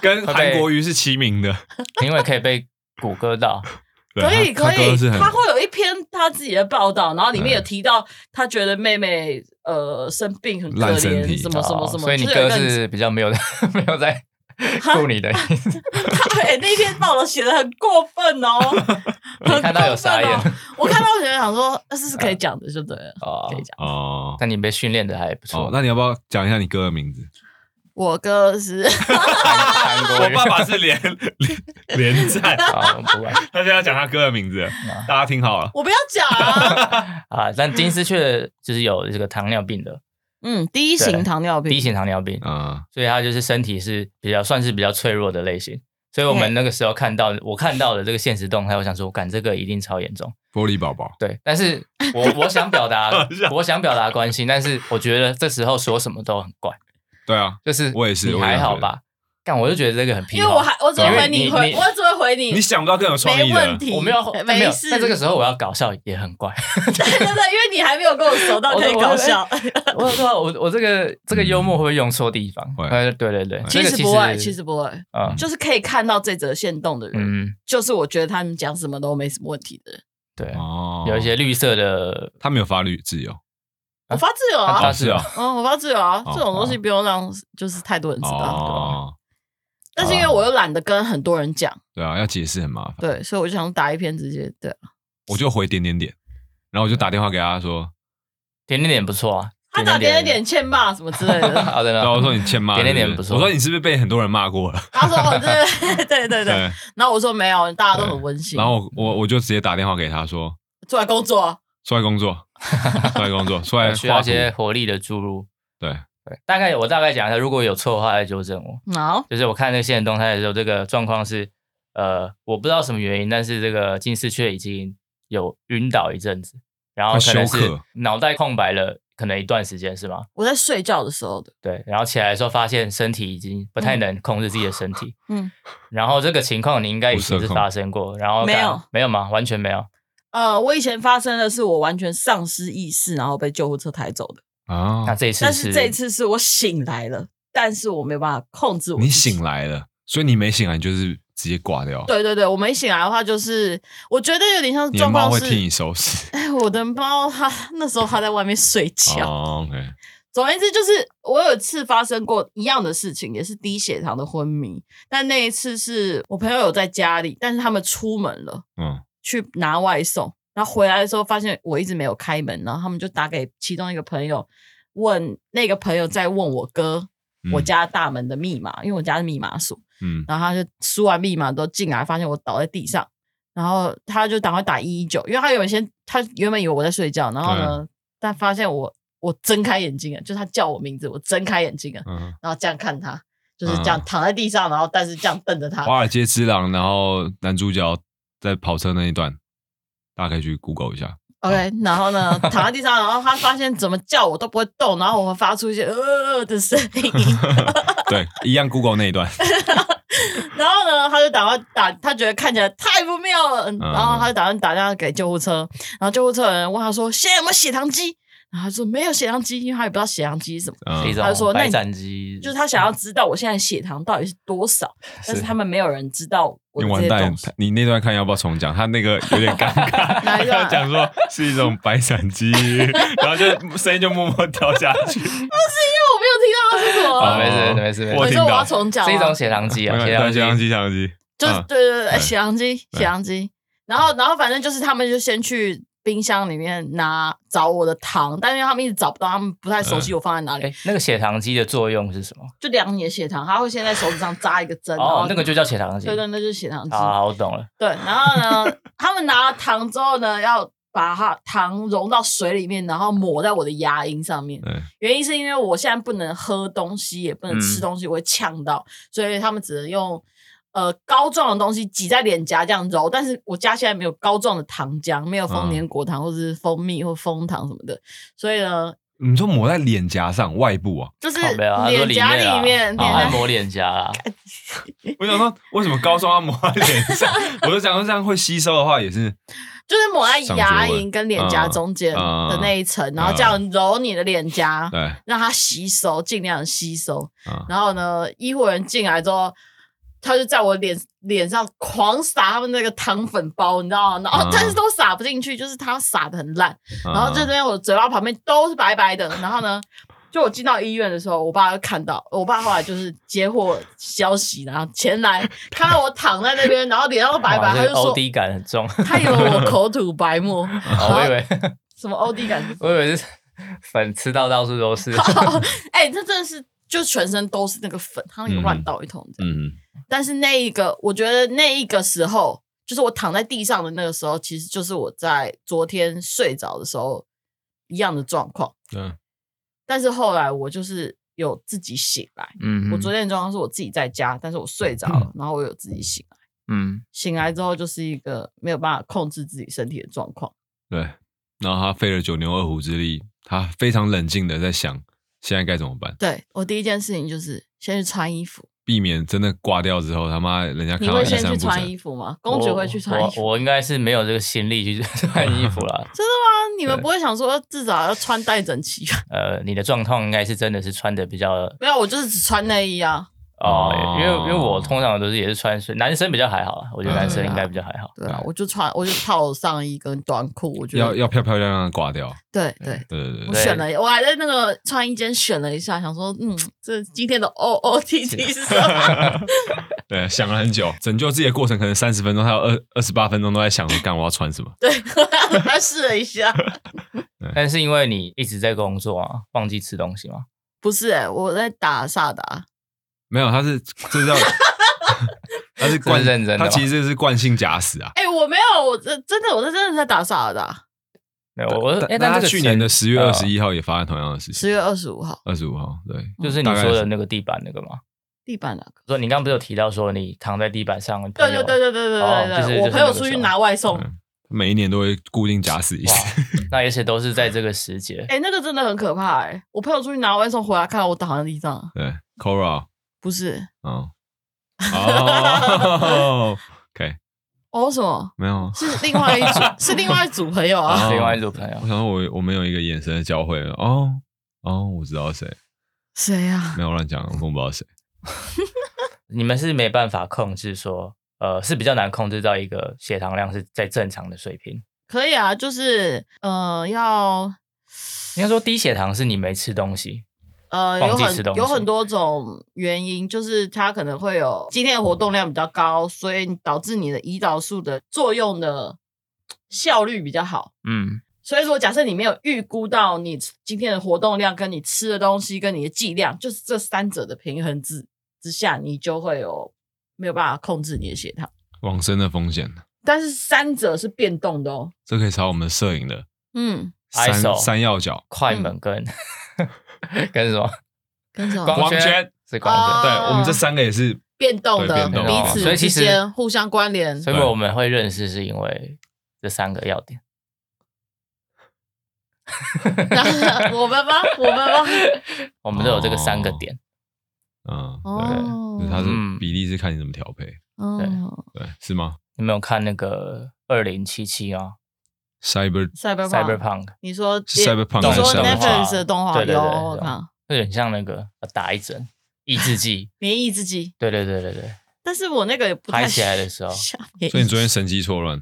Speaker 1: 跟
Speaker 2: 会被
Speaker 1: 韩国瑜是齐名的。
Speaker 2: 因为可以被谷歌到，
Speaker 1: 对
Speaker 4: 可以
Speaker 1: 他
Speaker 4: 可
Speaker 1: 他哥
Speaker 4: 以
Speaker 1: 是，很
Speaker 4: 他会有一篇他自己的报道，然后里面有提到他觉得妹妹呃生病很可
Speaker 1: 烂身体
Speaker 4: 怜，什么什么什
Speaker 2: 哦
Speaker 4: 么，
Speaker 2: 所以你
Speaker 4: 就是有
Speaker 2: 哥
Speaker 4: 一个
Speaker 2: 是比较没有的， 没有在顾你的 意思。
Speaker 4: 对，那篇报道写的很过 分哦，很
Speaker 2: 看到有
Speaker 4: 过分
Speaker 2: 傻眼
Speaker 4: 哦。我看到我觉得想说，这是可以讲的，就对了，
Speaker 2: 哦
Speaker 4: 可以讲。
Speaker 1: 哦
Speaker 2: 但你被训练的还不
Speaker 1: 哦
Speaker 2: 错，，
Speaker 1: 那你要不要讲一下你哥的名字？
Speaker 4: 我哥是
Speaker 2: 韩国人
Speaker 1: 是连连连 战，
Speaker 2: 啊，我不管
Speaker 1: 他现在要讲他哥的名字，大家听好了。
Speaker 4: 我不要讲啊，
Speaker 2: 啊。但金丝雀就是有这个糖尿病的
Speaker 4: 嗯，第一型糖尿病，
Speaker 2: 第一型糖尿病，
Speaker 1: 啊，
Speaker 2: 所以它就是身体是比较算是比较脆弱的类型。所以我
Speaker 4: 对
Speaker 2: 们那个时候看到我看到的这个现实动态，我想说，我感这个一定超严重。
Speaker 1: 玻璃宝宝，
Speaker 2: 对，但是我我想表达
Speaker 1: 好笑，
Speaker 2: 我想表达关心，但是我觉得这时候说什么都很怪，
Speaker 1: 对啊，
Speaker 2: 就是
Speaker 1: 我也是
Speaker 2: 你
Speaker 1: 我也
Speaker 2: 还好
Speaker 1: 觉得
Speaker 2: 吧？但我就觉得这个很屁
Speaker 4: 因
Speaker 2: 话，
Speaker 4: 为我还我只会
Speaker 2: 哦
Speaker 4: 回
Speaker 2: 因为
Speaker 4: 你
Speaker 2: 你
Speaker 4: 回，
Speaker 2: 你
Speaker 4: 我只会回你
Speaker 1: 你，想不到更有创
Speaker 4: 没
Speaker 1: 意啊
Speaker 4: 问
Speaker 1: 的。
Speaker 4: 题，
Speaker 2: 我没有但没
Speaker 4: 没
Speaker 2: 有
Speaker 4: 事。
Speaker 2: 但这个时候我要搞笑也很怪，
Speaker 4: 对对对，因为你还没有跟我熟到可以搞笑，
Speaker 2: 哎 我说我我这个这个幽默会不会用错地方？
Speaker 1: 会
Speaker 2: 呃对对对，
Speaker 4: 其
Speaker 2: 这个
Speaker 4: 实不会，其实不会，
Speaker 2: 啊
Speaker 4: 就是可以看到这则线动的人，
Speaker 2: 嗯
Speaker 4: 就是我觉得他们讲什么都没什么问题的人。
Speaker 2: 对，
Speaker 1: 哦
Speaker 2: 有一些绿色的
Speaker 1: 他没有法律自由，
Speaker 4: 我发自由啊，
Speaker 2: 啊
Speaker 1: 是啊，
Speaker 4: 嗯，我爸自由啊，
Speaker 1: 哦
Speaker 4: 这种东西不用让啊就是太多人知道。
Speaker 1: 哦，
Speaker 4: 但是因为我又懒得跟很多人讲，
Speaker 1: 对啊，要解释很麻烦，
Speaker 4: 对，所以我就想打一篇直接对。啊
Speaker 1: 我就回点点点，然后我就打电话给他说，
Speaker 2: 点点点不错啊，
Speaker 4: 他打点点点欠骂什么之 类的，
Speaker 2: 好的
Speaker 1: 然
Speaker 2: 呢，
Speaker 1: 啊后我说你欠骂，
Speaker 2: 啊点点点
Speaker 1: 是
Speaker 2: 不
Speaker 1: 是
Speaker 2: 错
Speaker 1: 我说你是不是被很多人骂过了？
Speaker 4: 他说我这对 对对，
Speaker 1: 对，
Speaker 4: 然后我说没有，大家都很温馨，
Speaker 1: 然后我我我就直接打电话给他说，
Speaker 4: 出来工作，
Speaker 1: 出来工作，出来工作，出来
Speaker 2: 需要
Speaker 1: 画
Speaker 2: 一
Speaker 1: 图，
Speaker 2: 些活力的注入。
Speaker 1: 对，
Speaker 2: 对，大概我大概讲一下，如果有错的话来纠正我。
Speaker 4: 然后
Speaker 2: 就是我看那个新闻动态的时候，这个状况是，呃，我不知道什么原因，但是这个金丝雀已经有晕倒一阵子，然后可能
Speaker 1: 快休
Speaker 2: 是
Speaker 1: 克
Speaker 2: 脑袋空白了，可能一段时间是吗？
Speaker 4: 我在睡觉的时候的，
Speaker 2: 对，然后起来的时候发现身体已经不太能控制自己的身体，
Speaker 4: 嗯，
Speaker 2: 然后这个情况你应该以前
Speaker 1: 不哦
Speaker 2: 是
Speaker 1: 受控
Speaker 2: 发生过，然后
Speaker 4: 没
Speaker 2: 感
Speaker 4: 有
Speaker 2: 没有吗？完全没有，
Speaker 4: 呃，我以前发生的是我完全丧失意识，然后被救护车抬走的，
Speaker 1: 啊
Speaker 2: 那，这一次
Speaker 4: 但是这一次是我醒来了，但是我没有办法控制我，
Speaker 1: 你醒。来了，所以你没醒来你就是直接挂掉，
Speaker 4: 对对对，我没醒来的话，就是我觉得有点像
Speaker 1: 你的
Speaker 4: 状
Speaker 1: 猫
Speaker 4: 况
Speaker 1: 会
Speaker 4: 是，
Speaker 1: 替你收拾。
Speaker 4: 哎，我的猫它那时候它在外面睡觉。
Speaker 1: 哦，OK，
Speaker 4: 总而言之，就是我有一次发生过一样的事情，也是低血糖的昏迷，但那一次是我朋友有在家里，但是他们出门了
Speaker 1: 嗯，
Speaker 4: 去拿外送，然后回来的时候发现我一直没有开门，然后他们就打给其中一个朋友，问那个朋友在问我哥。
Speaker 1: 嗯
Speaker 4: 我家大门的密码，因为我家是密码锁，
Speaker 1: 嗯，
Speaker 4: 然后他就输完密码都进来，发现我倒在地上，然后他就赶快打一一九，因为他原本先他原本以为我在睡觉，然后呢，但发现我我睁开眼睛了，就是他叫我名字，我睁开眼睛了，
Speaker 1: 嗯，
Speaker 4: 然后这样看他，就是这样
Speaker 1: 嗯
Speaker 4: 躺在地上，然后但是这样瞪着他，
Speaker 1: 华尔街之狼，然后男主角在跑车那一段，大家可以去 Google 一 下。
Speaker 4: OK，然后呢，躺在地上，然后他发现怎么叫我都不会动，然后我发出一些呃呃呃的声音，
Speaker 1: 对，一样 Google 那一 段。
Speaker 4: 然后呢，他就打算打，他觉得看起来太不妙了，嗯
Speaker 1: 嗯
Speaker 4: 然后他就打算打电话给救护车，然后救护车的人问他说现在有没有血糖机，然后他说没有血糖机，因为他也不知道血糖机是什么。
Speaker 2: 是一
Speaker 1: 嗯，
Speaker 4: 他就
Speaker 2: 种
Speaker 4: 说那
Speaker 2: 白
Speaker 4: 你
Speaker 2: 斩鸡，
Speaker 4: 就是他想要知道我现在血糖到底是多少，但 是他们没有人知道我
Speaker 1: 你
Speaker 4: 的这
Speaker 1: 完
Speaker 4: 些
Speaker 1: 蛋
Speaker 4: 东西。，
Speaker 1: 你那段看要不要重讲？他那个有点尴尬
Speaker 4: ，哪一段
Speaker 1: 他讲说是一 种白闪鸡，然后就声音就默默掉下去。
Speaker 4: 因为我没有听到他说什
Speaker 1: 好
Speaker 4: 么？
Speaker 2: 哦没事没事没
Speaker 1: 哦我听
Speaker 4: 你
Speaker 2: 事，
Speaker 4: 说我
Speaker 1: 到
Speaker 4: 要重讲吗，
Speaker 2: 是一种血糖机啊，
Speaker 1: 没
Speaker 2: 血
Speaker 1: 关系，
Speaker 2: 糖机
Speaker 1: 相机相机，
Speaker 4: 就是
Speaker 1: 嗯
Speaker 4: 对对对，
Speaker 1: 对
Speaker 4: 血糖机，
Speaker 1: 对
Speaker 4: 血糖机。然后，然后反正就是他们就先去冰箱里面拿找我的糖，但因为他们一直找不到，他们不太熟
Speaker 1: 嗯
Speaker 4: 悉我放在哪里，
Speaker 2: 哎，那个血糖机的作用是什么？
Speaker 4: 就量你的血糖，他会先在手指上扎一个针，然
Speaker 2: 哦
Speaker 4: 后，
Speaker 2: 那个就叫血糖机。啊
Speaker 4: 对对，那就是血糖机。
Speaker 2: 好，好我懂了。
Speaker 4: 对，然后呢，他们拿了糖之后呢，要把它糖融到水里面，然后抹在我的牙龈上
Speaker 2: 嗯
Speaker 4: 面。
Speaker 1: 对，
Speaker 4: 原因是因为我现在不能喝东西，也不能
Speaker 2: 嗯
Speaker 4: 吃东西，我会呛到，所以他们只能用呃膏状的东西挤在脸颊这样揉。但是我家现在没有膏状的糖浆，没有丰
Speaker 2: 嗯
Speaker 4: 年果糖或者是蜂蜜或蜂糖什么的，所以呢，
Speaker 1: 你说抹在脸颊上外部啊？
Speaker 4: 就是
Speaker 2: 靠没有啊，他说
Speaker 4: 脸
Speaker 2: 里
Speaker 4: 颊
Speaker 2: 面啊
Speaker 4: 里面，
Speaker 2: 哦
Speaker 4: 脸
Speaker 2: 按
Speaker 4: 颊
Speaker 2: 摩脸颊啦。
Speaker 1: 我想说，为什么高霜要抹在脸上？ 我就想说，这样会吸收的话也是
Speaker 4: 就是抹在牙
Speaker 1: 上学
Speaker 4: 龈
Speaker 1: 问
Speaker 4: 跟脸颊中间
Speaker 1: 嗯嗯
Speaker 4: 的那一层，然后这样揉你的脸颊。
Speaker 1: 对
Speaker 4: 让它吸收，尽量吸收。
Speaker 1: 啊，
Speaker 4: 然后呢，医护人进来之后，他就在我脸脸上狂撒他们那个糖粉包，你知道吗？然后
Speaker 1: 啊
Speaker 4: 但是都撒不进去，就是他撒的很烂。
Speaker 1: 然
Speaker 4: 然后这边我嘴巴旁边都是白白的。然后呢，就我进到医院的时候，我爸就看到，我爸后来就是接获消息，然后前来 看到我躺在那边，然后脸上都 白白，
Speaker 2: 哇
Speaker 4: 他
Speaker 2: 这
Speaker 4: 就
Speaker 2: 个
Speaker 4: 说
Speaker 2: OD 感很 重。
Speaker 4: 他以为我口吐白沫，然
Speaker 2: 哦
Speaker 4: 后
Speaker 2: 我以为
Speaker 4: 什么 OD 感是什么
Speaker 2: 我以为是 粉吃到到处都 是。
Speaker 4: 哎、他真的是就全身都是那个粉，他那个乱倒一通这样。
Speaker 1: 嗯
Speaker 4: 但是那一个，我觉得那一个时候，就是我躺在地上的那个时候，其实就是我在昨天睡着的时候一样的状况。
Speaker 1: 对，
Speaker 4: 但是后来我就是有自己醒来，
Speaker 2: 嗯
Speaker 4: 我昨天的状况是我自己在家，但是我睡着了，然后我有自己醒来。
Speaker 2: 嗯
Speaker 4: 醒来之后就是一个没有办法控制自己身体的状况。
Speaker 1: 对。然后他费了九牛二虎之力，他非常冷静的在想现在该怎么办，
Speaker 4: 对我第一件事情就是先去穿衣服。
Speaker 1: 避免真的挂掉之后，他妈人家看
Speaker 4: 你
Speaker 1: 到
Speaker 4: 会
Speaker 1: 衣
Speaker 4: 先
Speaker 1: 衫
Speaker 4: 去
Speaker 1: 不
Speaker 4: 穿
Speaker 1: 整
Speaker 4: 衣。服吗？公主会去穿衣服
Speaker 2: 我。我我应该是没有这个心力去 穿衣服了。
Speaker 4: 真的吗？你们
Speaker 1: 对
Speaker 4: 不会想说至少要穿戴整齐？
Speaker 2: 呃，你的状况应该是真的是穿的比较
Speaker 4: 没有，我就是只穿内衣啊。
Speaker 1: 哦
Speaker 2: 哦，因为因为我通常都是也是穿睡，男生比较还好啦，我觉得男生应该比较还
Speaker 1: 嗯
Speaker 2: 好。
Speaker 4: 对啊，我就穿，我就套上衣跟短裤。我觉
Speaker 1: 要
Speaker 4: 得
Speaker 1: 要漂漂亮亮的挂掉，
Speaker 4: 对对，
Speaker 1: 对对 对，
Speaker 4: 我
Speaker 2: 对
Speaker 4: 选了，我还在那个穿衣间选了一下，想说，嗯，这今天的 O O T T 是什么？
Speaker 1: 对，想了很久，拯救自己的过程可能三十分钟，还有二二十八分钟都在想着干我要穿什么，
Speaker 4: 对，他试了一下，
Speaker 2: 但是因为你一直在工作啊，忘记吃东西嘛，
Speaker 4: 不是哎、我在打萨达，
Speaker 1: 没有，他是这叫他是
Speaker 2: 这
Speaker 1: 惯
Speaker 2: 是认真的
Speaker 1: 他
Speaker 2: 吗
Speaker 1: 其实是惯性假死啊。
Speaker 4: 哎、我没有，我真真的，我是真的在打萨达，
Speaker 2: 没有我我哎，
Speaker 1: 但
Speaker 2: 但
Speaker 1: 他
Speaker 2: 这个
Speaker 1: 去年的十月
Speaker 2: 呃
Speaker 1: 二十一号也发生同样的事情，
Speaker 4: 十月二十五号，
Speaker 1: 二十五号，对，
Speaker 2: 就是你
Speaker 1: 大概
Speaker 2: 说的
Speaker 1: 是
Speaker 2: 那个地板那个嘛，
Speaker 4: 地板哪个？
Speaker 2: 说你刚刚不是有提到说你躺在地板上，你
Speaker 4: 对
Speaker 2: 朋
Speaker 4: 对
Speaker 2: 友
Speaker 4: 对对对对
Speaker 2: 哎哦
Speaker 4: 对
Speaker 2: 就是就是
Speaker 4: 对，我朋友
Speaker 2: 那个
Speaker 4: 出
Speaker 2: 时
Speaker 4: 去
Speaker 2: 候
Speaker 4: 拿外送，
Speaker 1: 嗯每一年都会固定假死一
Speaker 2: 哇
Speaker 1: 次。，
Speaker 2: 那而且都是在这个时节。
Speaker 4: 哎、那个真的很可怕哎、我朋友出去拿外送回来，看到我躺在地上，
Speaker 1: 对，Cora，
Speaker 4: 不是
Speaker 1: 嗯，哦，OK，
Speaker 4: 哦什么？
Speaker 1: 没有啊。
Speaker 4: 是另外一组，是另外一组朋友啊。
Speaker 1: 哦
Speaker 2: 另外一组朋友
Speaker 1: 我，想说我我们有一个眼神的交汇了哦哦，我知道谁，
Speaker 4: 谁啊？
Speaker 1: 没有乱讲，我根本不知道谁。
Speaker 2: 你们是没办法控制说，呃，是比较难控制到一个血糖量是在正常的水平。
Speaker 4: 可以啊，就是呃，要
Speaker 2: 应该说低血糖是你没吃东西，
Speaker 4: 呃有
Speaker 2: 忘记吃
Speaker 4: 很
Speaker 2: 东西
Speaker 4: 有很多种原因，就是它可能会有今天的活动量比较高，所以导致你的胰岛素的作用的效率比较好。
Speaker 2: 嗯，
Speaker 4: 所以说，假设你没有预估到你今天的活动量、跟你吃的东西、跟你的剂量，就是这三者的平衡之之下，你就会有没有办法控制你的血糖。
Speaker 1: 往生的风险，
Speaker 4: 但是三者是变动的哦。
Speaker 1: 这可以查我们摄影的
Speaker 4: 嗯，
Speaker 1: 三
Speaker 2: ISO
Speaker 1: 三要角
Speaker 2: 快门跟、 跟什么
Speaker 4: 跟哦什么
Speaker 1: 光圈
Speaker 2: 是光
Speaker 1: 对
Speaker 4: 哦
Speaker 1: 我们这三个也是
Speaker 4: 变动
Speaker 1: 对
Speaker 4: 的，
Speaker 1: 变动
Speaker 4: 彼
Speaker 2: 哦所
Speaker 4: 此
Speaker 2: 以其
Speaker 4: 之
Speaker 2: 实
Speaker 4: 间互相关联
Speaker 2: 圈，。所以我们会认识是因为这三个要点。
Speaker 4: 然 后我们吗？我们吗？
Speaker 2: 我们都有这个三个
Speaker 1: 哦
Speaker 2: 点，
Speaker 1: 嗯，对，
Speaker 4: 哦
Speaker 1: 就是它是
Speaker 2: 嗯
Speaker 1: 比例是看你怎么调配，
Speaker 4: 哦
Speaker 1: 对，是吗
Speaker 2: 你们有看那个二零七七啊
Speaker 1: ？Cyber
Speaker 4: ，Cyberpunk，
Speaker 2: ，Cyberpunk，
Speaker 4: 你说
Speaker 1: 是 Cyberpunk
Speaker 4: 你说
Speaker 1: 还是
Speaker 4: Netflix
Speaker 2: Cyberpunk？
Speaker 4: 的动画
Speaker 2: 对对对
Speaker 4: 有
Speaker 2: 对
Speaker 4: 我看。
Speaker 2: 有点像那个呃打一针抑制剂
Speaker 4: 免疫自己，
Speaker 2: 对对对对对，
Speaker 4: 但是我那个也不太
Speaker 2: 拍起来的时候
Speaker 4: 像免疫
Speaker 1: 所以你昨天神机错乱，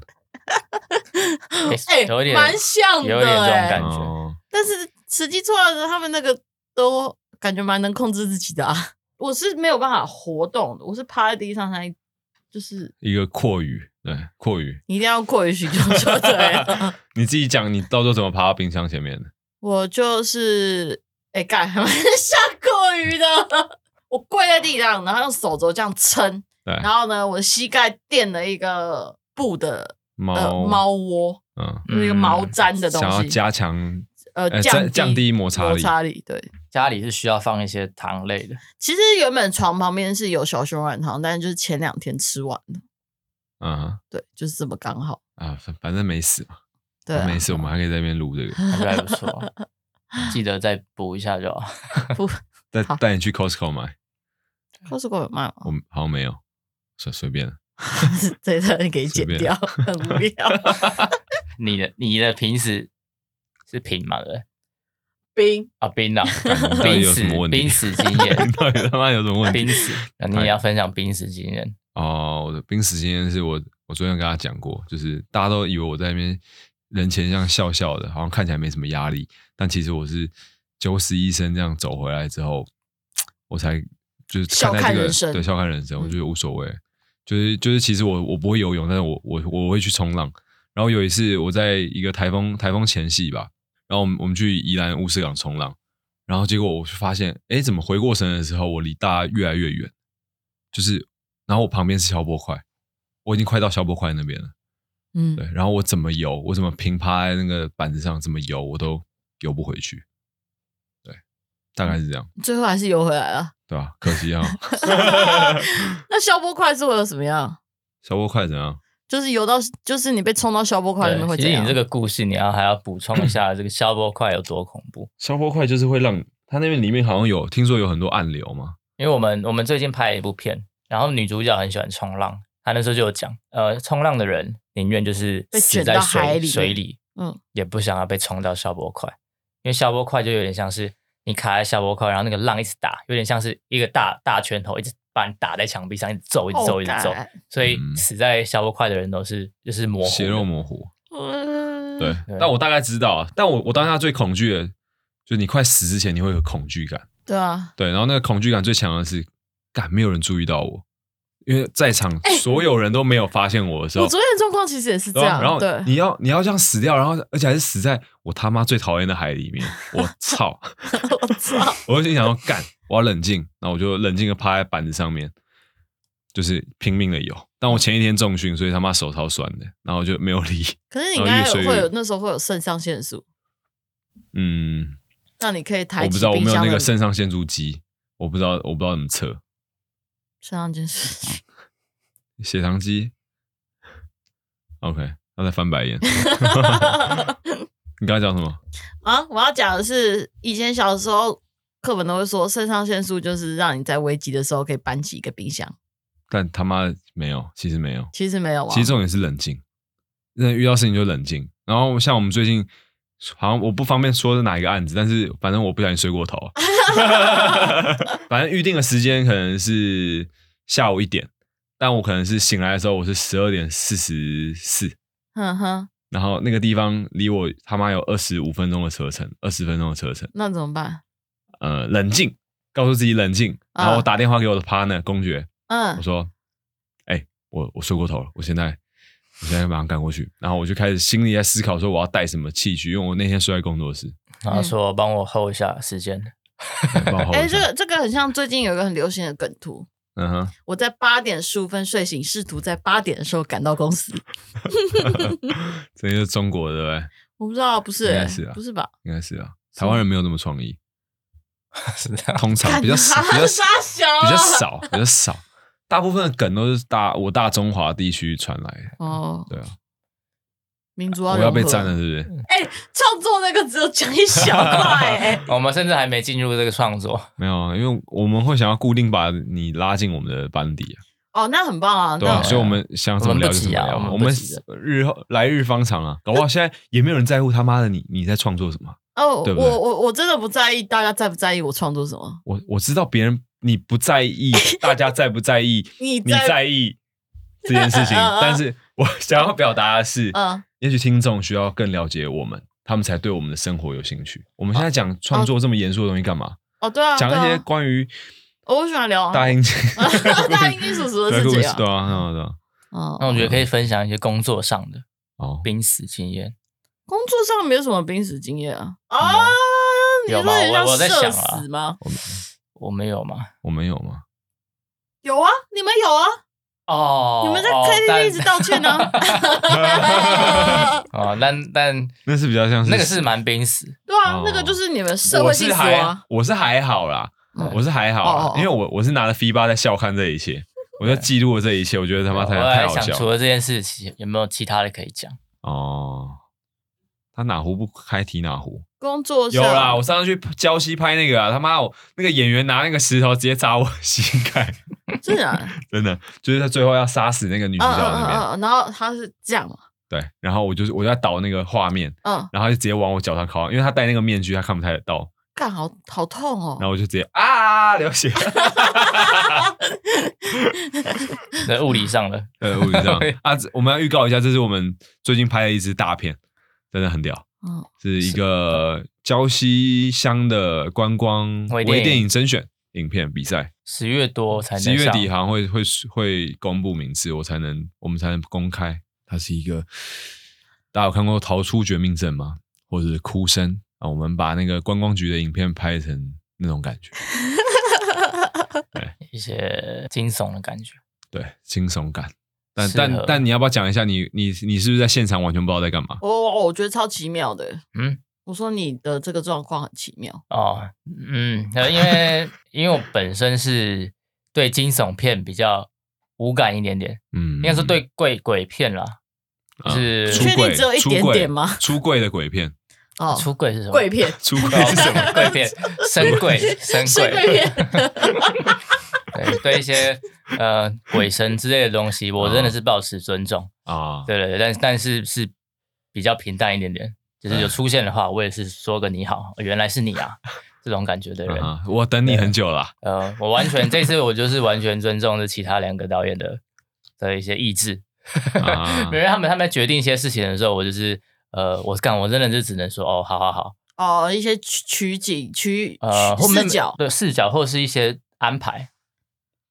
Speaker 4: 哎
Speaker 2: 诶有一点
Speaker 4: 蛮像的
Speaker 2: 有一点这种
Speaker 4: 哎
Speaker 2: 感觉。
Speaker 1: 哦，
Speaker 4: 但是实际做的他们那个都感觉蛮能控制自己的啊。 我是没有办法活动的，我是趴在地上才，就是
Speaker 1: 一个阔鱼，对，阔鱼。
Speaker 4: 你一定要过于许久就对了。
Speaker 1: 你自己讲，你到时候怎么爬到冰箱前面的？
Speaker 4: 我就是哎，干、 还蛮像过于的。我跪在地上，然后用手肘这样撑，
Speaker 1: 对，
Speaker 4: 然后呃呢，我的膝盖垫了一个布的
Speaker 1: 猫、
Speaker 4: 呃猫窝，
Speaker 1: 哦嗯，
Speaker 4: 就是一个毛毡的
Speaker 1: 想要
Speaker 4: 东西，
Speaker 1: 加强
Speaker 4: 呃
Speaker 1: 呃
Speaker 4: 降
Speaker 1: 降降低摩擦力
Speaker 4: 摩擦力对。
Speaker 2: 家里是需要放一些糖类的，
Speaker 4: 其实原本床旁边是有小熊软糖，但是就是前两天吃完的，
Speaker 1: 嗯
Speaker 4: 对，就是这么刚好。
Speaker 1: 啊，反反正没死嘛，
Speaker 4: 对、啊，
Speaker 1: 哦没事，我们还可以在那边录 这个，
Speaker 2: 感觉还不错。记得再补一下就好。
Speaker 4: 不
Speaker 1: 带
Speaker 4: 好哦
Speaker 1: 带你去 Costco 买，
Speaker 4: ，Costco 有卖吗？
Speaker 1: 我们好像没有，随随便了，
Speaker 4: 这一段给剪 掉，很无聊。
Speaker 2: 你的你的平时是平嘛？对不对
Speaker 4: 冰
Speaker 2: 啊，冰啊
Speaker 1: 干你，到底
Speaker 2: 冰
Speaker 1: 有什
Speaker 2: 死
Speaker 1: 么问题，
Speaker 2: 冰死经验
Speaker 1: 到底他妈有什么问
Speaker 2: 冰
Speaker 1: 题？
Speaker 2: 死，那你也要分享冰死经验。
Speaker 1: 哦，我的濒死经验是我我昨天有跟他讲过，就是大家都以为我在那边人前这样笑笑的，好像看起来没什么压力，但其实我是九死一生这样走回来之后，我才就是
Speaker 4: 笑
Speaker 1: 待
Speaker 4: 看
Speaker 1: 这个
Speaker 4: 人生
Speaker 1: 对笑看人生，我
Speaker 4: 嗯
Speaker 1: 觉得无所谓，就是就是其实我我不会游泳，但是我我我会去冲浪。然后有一次我在一个台风台风前夕吧，然后我们我们去宜兰乌石港冲浪，然后结果我就发现，哎，怎么回过神的时候，我离大家越来越远，就是，然后我旁边是消波块，我已经快到消波块那边了，
Speaker 4: 嗯
Speaker 1: 对，然后我怎么游，我怎么平趴在那个板子上怎么游，我都游不回去，对，大概是这样，
Speaker 4: 最后还是游回来了。
Speaker 1: 对吧、可惜啊，
Speaker 4: 那消波块是会有什么样？
Speaker 1: 消波块怎样？
Speaker 4: 就是游到，就是你被冲到消波块里面会
Speaker 2: 对，其
Speaker 4: 怎
Speaker 2: 实
Speaker 4: 样
Speaker 2: 你这？个故事，你要还要补充一下这个消波块有多恐怖。
Speaker 1: 消波块就是会让它那边里面好像有听说有很多暗流嘛，
Speaker 2: 因为我们我们最近拍了一部片，然后女主角很喜欢冲浪，她那时候就有讲，呃，冲浪的人宁愿就是
Speaker 4: 被
Speaker 2: 死
Speaker 4: 卷
Speaker 2: 在
Speaker 4: 到
Speaker 2: 水
Speaker 4: 海里
Speaker 2: 水里，
Speaker 4: 嗯，
Speaker 2: 也不想要被冲到消波块，因为消波块就有点像是你卡在消波块，然后那个浪一直打，有点像是一个大大拳头一直把你打在墙壁上，一直揍，一直
Speaker 4: 哦
Speaker 2: 揍，一直揍，所以
Speaker 1: 嗯
Speaker 2: 死在消波块的人都是就是模糊的
Speaker 1: 血肉模糊，
Speaker 4: 嗯，
Speaker 1: 对，
Speaker 2: 对
Speaker 1: 但我大概知道啊，但我我当下最恐惧的，就是你快死之前你会有恐惧感，
Speaker 4: 对啊，
Speaker 1: 对，然后那个恐惧感最强的是，敢没有人注意到我，因为在场所有人都没有发现我的时候，
Speaker 4: 哎我昨天的状况其实也是这
Speaker 1: 对啊
Speaker 4: 样，
Speaker 1: 然后
Speaker 4: 对，
Speaker 1: 你要你要这样死掉，然后而且还是死在我他妈最讨厌的海里 面，我操！
Speaker 4: 我 操，
Speaker 1: 我就心想说干，我要冷静，然后我就冷静的趴在板子上面，就是拼命的游。但我前一天重训，所以他妈手超酸的，然后就没有力。
Speaker 4: 可是你应
Speaker 1: 然后越
Speaker 4: 该有
Speaker 1: 睡
Speaker 4: 会
Speaker 1: 越
Speaker 4: 有那时候会有肾上腺素，
Speaker 1: 嗯，
Speaker 4: 那你可以抬
Speaker 1: 我不
Speaker 4: 起
Speaker 1: 知道，我
Speaker 4: 冰
Speaker 1: 没有
Speaker 4: 箱
Speaker 1: 那
Speaker 4: 的
Speaker 1: 个肾上腺素机，我不知道，我不知道怎么测
Speaker 4: 肾上 腺素。
Speaker 1: 血糖机。OK，他在翻白眼。你刚才讲什么？
Speaker 4: 啊，我要讲的是，以前小时候课本都会说，肾上腺素就是让你在危急的时候可以搬起一个冰箱。
Speaker 1: 但他妈的没有，其实没有，
Speaker 4: 其实没有啊，
Speaker 1: 其实重点是冷静。那遇到事情就冷静。然后像我们最近，好像我不方便说是哪一个案子，但是反正我不小心睡过头了。反正预定的时间可能是下午一点，但我可能是醒来的时候我是十二点四十四，
Speaker 4: 哼哼，
Speaker 1: 然后那个地方离我他妈有二十五分钟的车程，二十分钟的车程。
Speaker 4: 那怎么办？
Speaker 1: 呃，冷静，告诉自己冷静。
Speaker 4: 啊
Speaker 1: 然后我打电话给我的 partner 公爵，我
Speaker 4: 嗯，
Speaker 1: 说：“哎、我我睡过头了，我现在我现在马上赶过去。”然后我就开始心里在思考说我要带什么器具，因为我那天睡在工作室。
Speaker 2: 然
Speaker 4: 嗯
Speaker 2: 后说帮我 hold 一下时 间，
Speaker 1: 帮 我 hold
Speaker 4: 哎、
Speaker 1: 一下
Speaker 4: 这个这个很像最近有一个很流行的梗图。
Speaker 1: 嗯哼，
Speaker 4: 我在八点十五分睡醒，试图在八点的时候赶到公司。
Speaker 1: 这就是中国的对不对？
Speaker 4: 我不知道，不是、
Speaker 1: 应
Speaker 4: 欸，
Speaker 1: 该是啊
Speaker 4: 不是吧？
Speaker 1: 应该是啊，台湾人没有那么创意，
Speaker 2: 是这样。，
Speaker 1: 通常比较少，
Speaker 4: 干
Speaker 1: 比较少
Speaker 4: 傻小啊
Speaker 1: 比较少，比较少。大部分的梗都是大我大中华地区传来的，
Speaker 4: 哦，
Speaker 1: 对啊，
Speaker 4: 民族要
Speaker 1: 我
Speaker 4: 融
Speaker 1: 要被
Speaker 4: 合
Speaker 1: 占了，。是不是？
Speaker 4: 哎、创作那个只有讲一小块、哎
Speaker 2: 我们甚至还没进入这个创作，
Speaker 1: 没有啊，因为我们会想要固定把你拉进我们的班底啊，
Speaker 4: 哦，那很棒啊，
Speaker 1: 对啊，
Speaker 4: 那
Speaker 1: 所以我们想怎么聊就怎么聊。我
Speaker 2: 我
Speaker 1: 们
Speaker 2: 们不急啊
Speaker 1: 日后来日方长啊， 搞不好现在也没有人在乎他妈的你你在创作什么啊。
Speaker 4: 哦，
Speaker 1: 对不对
Speaker 4: 我我我真的不在意大家在不在意我创作什么，
Speaker 1: 我我知道别人你不在意，大家在不在意？
Speaker 4: 你
Speaker 1: 你
Speaker 4: 在，
Speaker 1: 在意这件事情
Speaker 4: 嗯嗯
Speaker 1: 但是我想要表达的是，
Speaker 4: 嗯
Speaker 1: 也许听众需要更了解我们，他们才对我们的生活有兴趣。我们现在讲创作这么严肃的东西干嘛？
Speaker 4: 哦，对啊，
Speaker 1: 讲
Speaker 4: 对
Speaker 1: 一些
Speaker 4: 啊
Speaker 1: 关于
Speaker 4: 哦我喜欢聊
Speaker 1: 大英
Speaker 4: 大英叔叔的
Speaker 1: 的
Speaker 4: 事
Speaker 1: 故
Speaker 4: 情
Speaker 1: 事，
Speaker 4: 啊
Speaker 1: 对啊，对啊，对啊。
Speaker 4: 哦
Speaker 2: 那我觉得可以分享一些工作上的
Speaker 1: 哦，
Speaker 2: 濒死经验。
Speaker 4: 工作上没有什么濒死经验啊啊
Speaker 2: 有吗？
Speaker 4: 你
Speaker 2: 有吗
Speaker 4: 说很
Speaker 2: 我我
Speaker 4: 像
Speaker 2: 在
Speaker 4: 社
Speaker 2: 想啊
Speaker 4: 死吗？
Speaker 2: 我没有嘛？
Speaker 1: 我们有吗？
Speaker 4: 有啊，你们有啊，
Speaker 2: 哦
Speaker 4: 你们在
Speaker 2: 哦
Speaker 4: KTV
Speaker 2: 但
Speaker 4: 一 直道歉呢
Speaker 2: 哦，但但
Speaker 1: 那是比较像是
Speaker 2: 那个是蛮濒死，
Speaker 4: 对啊
Speaker 1: 哦，
Speaker 4: 那个就是你们社会
Speaker 1: 我
Speaker 4: 性
Speaker 1: 是
Speaker 4: 死
Speaker 1: 还
Speaker 4: 亡。
Speaker 1: 我是还好啦，
Speaker 2: 嗯
Speaker 1: 我是还好啦
Speaker 4: 哦哦哦
Speaker 1: 因为我我是拿着 V 八在笑看这一切，我就记录了这一切，我觉得他妈
Speaker 2: 我
Speaker 1: 太太
Speaker 2: 在
Speaker 1: 好
Speaker 2: 想
Speaker 1: 笑
Speaker 2: 除了这件事情，有没有其他的可以讲？
Speaker 1: 哦。他哪壶不开提哪壶，
Speaker 4: 工作
Speaker 1: 有
Speaker 4: 上
Speaker 1: 啦！我上次去礁溪拍那个啊，他妈我那个演员拿那个石头直接砸我膝盖，
Speaker 4: 真的啊，
Speaker 1: 真的就是他最后要杀死那个女主角
Speaker 4: 嗯嗯
Speaker 1: 那
Speaker 4: 嗯
Speaker 1: 边，
Speaker 4: 嗯嗯，然后他是这样嘛，
Speaker 1: 对，然后我就是我就在导那个画面，
Speaker 4: 嗯，
Speaker 1: 然后他就直接往我脚上靠，因为他戴那个面具，他看不太到，
Speaker 4: 干好好痛哦
Speaker 1: 然，后我就直接啊流血，
Speaker 2: 在物理上的，
Speaker 1: 呃，我就 这样啊，这我们要预告一下，这是我们最近拍的一支大片，真的很屌，
Speaker 4: 嗯，
Speaker 1: 是一个礁溪乡的观光
Speaker 2: 微电
Speaker 1: 微
Speaker 2: 影
Speaker 1: 电影甄选影片比赛，
Speaker 2: 十月多才
Speaker 1: 嗯
Speaker 2: 能
Speaker 1: 十一月
Speaker 2: 上
Speaker 1: 底好像会会会公布名次，我才能我们才能公开。它是一个，大家有看过《逃出绝命镇》吗？或者是《哭声》啊？我们把那个观光局的影片拍成那种感觉，
Speaker 2: 一些惊悚的感觉。
Speaker 1: 对，轻松感。但
Speaker 2: 适合
Speaker 1: 但但你要不要讲一下你你你是不是在现场完全不知道在干嘛？
Speaker 4: 哦我我觉得超奇妙的，欸
Speaker 2: 嗯，
Speaker 4: 我说你的这个状况很奇妙，
Speaker 2: 哦，嗯，呃因为因为我本身是对惊悚片比较无感一点点，
Speaker 1: 嗯，
Speaker 2: 应该说对鬼鬼片啦，
Speaker 1: 啊
Speaker 2: 是
Speaker 1: 出
Speaker 4: 确定
Speaker 1: 柜
Speaker 4: 只有一
Speaker 1: 出
Speaker 4: 点
Speaker 1: 柜
Speaker 4: 点吗
Speaker 1: 出柜的鬼片，
Speaker 4: 哦，
Speaker 2: 出柜 是什么？
Speaker 4: 鬼片，
Speaker 1: 出
Speaker 2: 哦
Speaker 1: 柜是什么？
Speaker 2: 鬼鬼片，神 鬼神
Speaker 4: 是鬼
Speaker 2: 鬼。
Speaker 4: 片，
Speaker 2: 对对一些呃鬼神之类的东西，我真的是保持尊重。
Speaker 1: 啊？
Speaker 2: 对对对，但但是是比较平淡一点点，就是有出现的话，我也是说个你好，原来是你啊，这种感觉的人。
Speaker 1: 啊，我等你很久了 啊。
Speaker 2: 呃，我完全这次我就是完全尊重这其他两个导演的的一些意志，
Speaker 1: 啊
Speaker 2: 因为他们他们在决定一些事情的时候，我就是呃，我干，我真的就只能说哦，好好好，
Speaker 4: 哦，一些取取景、取
Speaker 2: 呃，
Speaker 4: 取
Speaker 2: 或
Speaker 4: 视角，
Speaker 2: 对视角或是一些安排。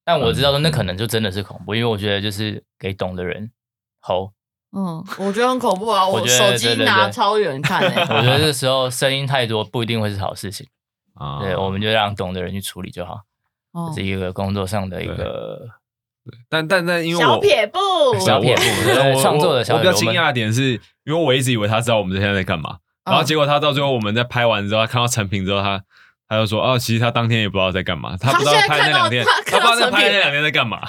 Speaker 2: 但
Speaker 4: 嗯
Speaker 2: 我知道说那可能就真的是恐怖，因为我觉得就是给懂的人吼，
Speaker 4: 嗯，我觉得很恐怖啊！
Speaker 2: 我
Speaker 4: 我
Speaker 2: 觉得
Speaker 4: 手
Speaker 2: 对
Speaker 4: 机
Speaker 2: 对
Speaker 4: 拿
Speaker 2: 对
Speaker 4: 超远看欸诶、
Speaker 2: 我觉得这时候声音太多不一定会是好事情。
Speaker 1: 啊
Speaker 2: 对，我们就让懂的人去处理就好，
Speaker 4: 哦
Speaker 2: 这是一个工作上的一个
Speaker 1: 但但但因为
Speaker 4: 小
Speaker 1: 我
Speaker 4: 撇步，
Speaker 2: 小撇步
Speaker 1: 我
Speaker 2: 对对
Speaker 1: 我
Speaker 2: 创作的小
Speaker 1: 我比较
Speaker 2: 撇步
Speaker 1: 惊讶的点是，因为我一直以为他知道我们现在在干嘛，然后
Speaker 4: 嗯
Speaker 1: 结果他到最后我们在拍完之后，他看到成品之后，他他就说，哦，其实他当天也不知道在干嘛，他不知道
Speaker 4: 他现在
Speaker 1: 拍那
Speaker 4: 看到
Speaker 1: 两天，他
Speaker 4: 他
Speaker 1: 不知道在
Speaker 4: 看到成品
Speaker 1: 拍那两天在干嘛。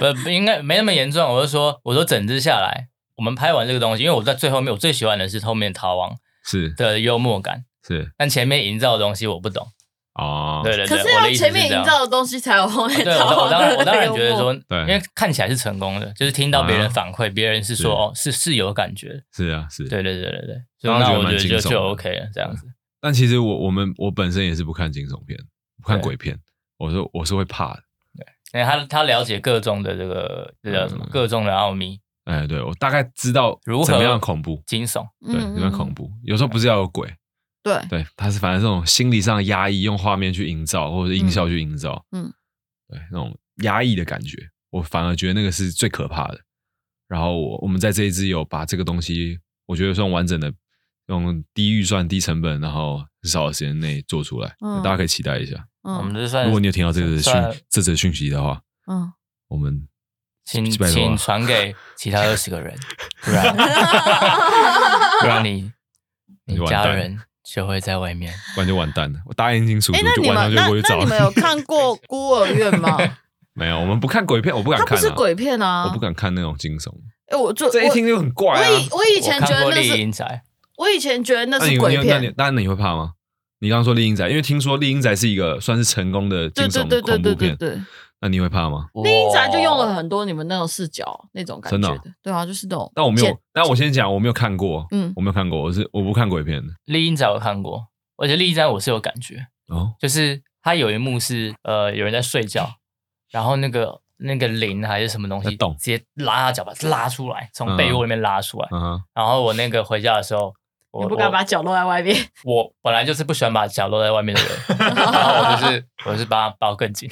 Speaker 2: 呃不不应该没那么严重。我是说，我说整支下来，我们拍完这个东西，因为我在最后面，我最喜欢的是后面逃亡
Speaker 1: 是
Speaker 2: 的幽默感，
Speaker 1: 是
Speaker 2: 但前面营造的东西我不懂。
Speaker 1: 哦，
Speaker 2: 对对
Speaker 4: 可
Speaker 2: 对，
Speaker 4: 是
Speaker 2: 我
Speaker 4: 要
Speaker 2: 的意思
Speaker 4: 前
Speaker 2: 是
Speaker 4: 面
Speaker 2: 这
Speaker 4: 营
Speaker 2: 样。
Speaker 4: 造的东西才有后面
Speaker 2: 啊 对，我
Speaker 4: 到。
Speaker 2: 当我当 然我当然觉得说，
Speaker 1: 对啊
Speaker 2: 因为看起来是成功的，就是听到别人反馈，别人是说
Speaker 1: 是
Speaker 2: 哦是是有感觉的，
Speaker 1: 是啊是。
Speaker 2: 对对对对对，所
Speaker 1: 当
Speaker 2: 以
Speaker 1: 然
Speaker 2: 那
Speaker 1: 觉得
Speaker 2: 我觉
Speaker 1: 蛮
Speaker 2: 得就
Speaker 1: 轻松
Speaker 2: 就
Speaker 1: 的
Speaker 2: OK 了这样子。
Speaker 1: 但其实我我们我本身也是不看惊悚片，不看
Speaker 2: 对
Speaker 1: 鬼片，我说我是会怕的。
Speaker 2: 因为他他了解各种的这个这叫什么
Speaker 1: 嗯
Speaker 2: 各种的奥秘，
Speaker 1: 哎，对我大概知道
Speaker 2: 如何
Speaker 1: 怎么样恐怖，
Speaker 2: 惊悚。
Speaker 1: 对，
Speaker 4: 嗯
Speaker 1: 怎么样恐
Speaker 4: 怖？
Speaker 1: 怖，有时候不是要有鬼，
Speaker 4: 对，
Speaker 1: 对，它是反正这种心理上的压抑，用画面去营造，或者是音效去营造，
Speaker 4: 嗯，
Speaker 1: 对，那种压抑的感觉，我反而觉得那个是最可怕的。然后我我们在这一支有把这个东西，我觉得算完整的，用低预算、低成本，然后很少的时间内做出来，
Speaker 4: 嗯
Speaker 1: 大家可以期待一下。
Speaker 2: 我们
Speaker 4: 嗯
Speaker 2: 这算
Speaker 1: 如果你有听到这个讯
Speaker 2: 算
Speaker 1: 这则讯息的话，
Speaker 4: 嗯，
Speaker 1: 我们
Speaker 2: 请
Speaker 1: 几百多啊
Speaker 2: 请传给其他二十个人， 不然不然你你
Speaker 1: 你完
Speaker 2: 家
Speaker 1: 蛋
Speaker 2: 人就会在外面。
Speaker 1: 不然就完蛋了。我答应金叔叔
Speaker 4: 哎，那
Speaker 1: 就
Speaker 4: 你
Speaker 1: 晚上
Speaker 4: 们
Speaker 1: 就
Speaker 4: 那
Speaker 1: 过去
Speaker 4: 那
Speaker 1: 找
Speaker 4: 你们有看过《孤儿院》吗？
Speaker 1: 没有，我们不看鬼片，我不敢
Speaker 4: 它不
Speaker 1: 看、啊，
Speaker 4: 是鬼片啊，
Speaker 1: 我不。敢看那种惊悚。
Speaker 4: 哎，我就
Speaker 1: 这一听就很
Speaker 4: 我
Speaker 1: 怪
Speaker 4: 我
Speaker 1: 啊！
Speaker 4: 以我以前
Speaker 2: 我
Speaker 4: 觉
Speaker 2: 看
Speaker 4: 得
Speaker 2: 过
Speaker 4: 那
Speaker 2: 丽
Speaker 4: 是，
Speaker 2: 英宅，
Speaker 4: 我以前觉得那
Speaker 1: 那你
Speaker 4: 是鬼
Speaker 1: 你那
Speaker 4: 片
Speaker 1: 你。那你会怕吗？你刚刚说《丽英仔》，因为听说《丽英仔》是一个算是成功的惊
Speaker 4: 对对
Speaker 1: 悚
Speaker 4: 对对
Speaker 1: 恐怖
Speaker 4: 对对
Speaker 1: 片，
Speaker 4: 对，
Speaker 1: 那你会怕吗？
Speaker 4: 那英宅就用了很多你们那种视角那种感
Speaker 1: 真的
Speaker 4: 觉
Speaker 1: 哦
Speaker 4: 的，对啊，就是那种。
Speaker 1: 但我没有，但我先讲，我没有看过，
Speaker 4: 嗯
Speaker 1: 我没有看过，我是我不看鬼片的
Speaker 2: 丽英宅，我看过，而且丽英宅我是有感觉，
Speaker 1: 哦。
Speaker 2: 就是它有一幕是呃有人在睡觉，然后那个那个铃还是什么东西
Speaker 1: 在动嗯
Speaker 2: 直接拉他脚把他拉出来，从被窝里面拉出来。
Speaker 1: 嗯哼，
Speaker 2: 然后我那个回家的时候，我
Speaker 4: 你不敢把脚露在外面，
Speaker 2: 我我本来就是不喜欢把脚露在外面的人， 然后我就是我就是把它包更紧。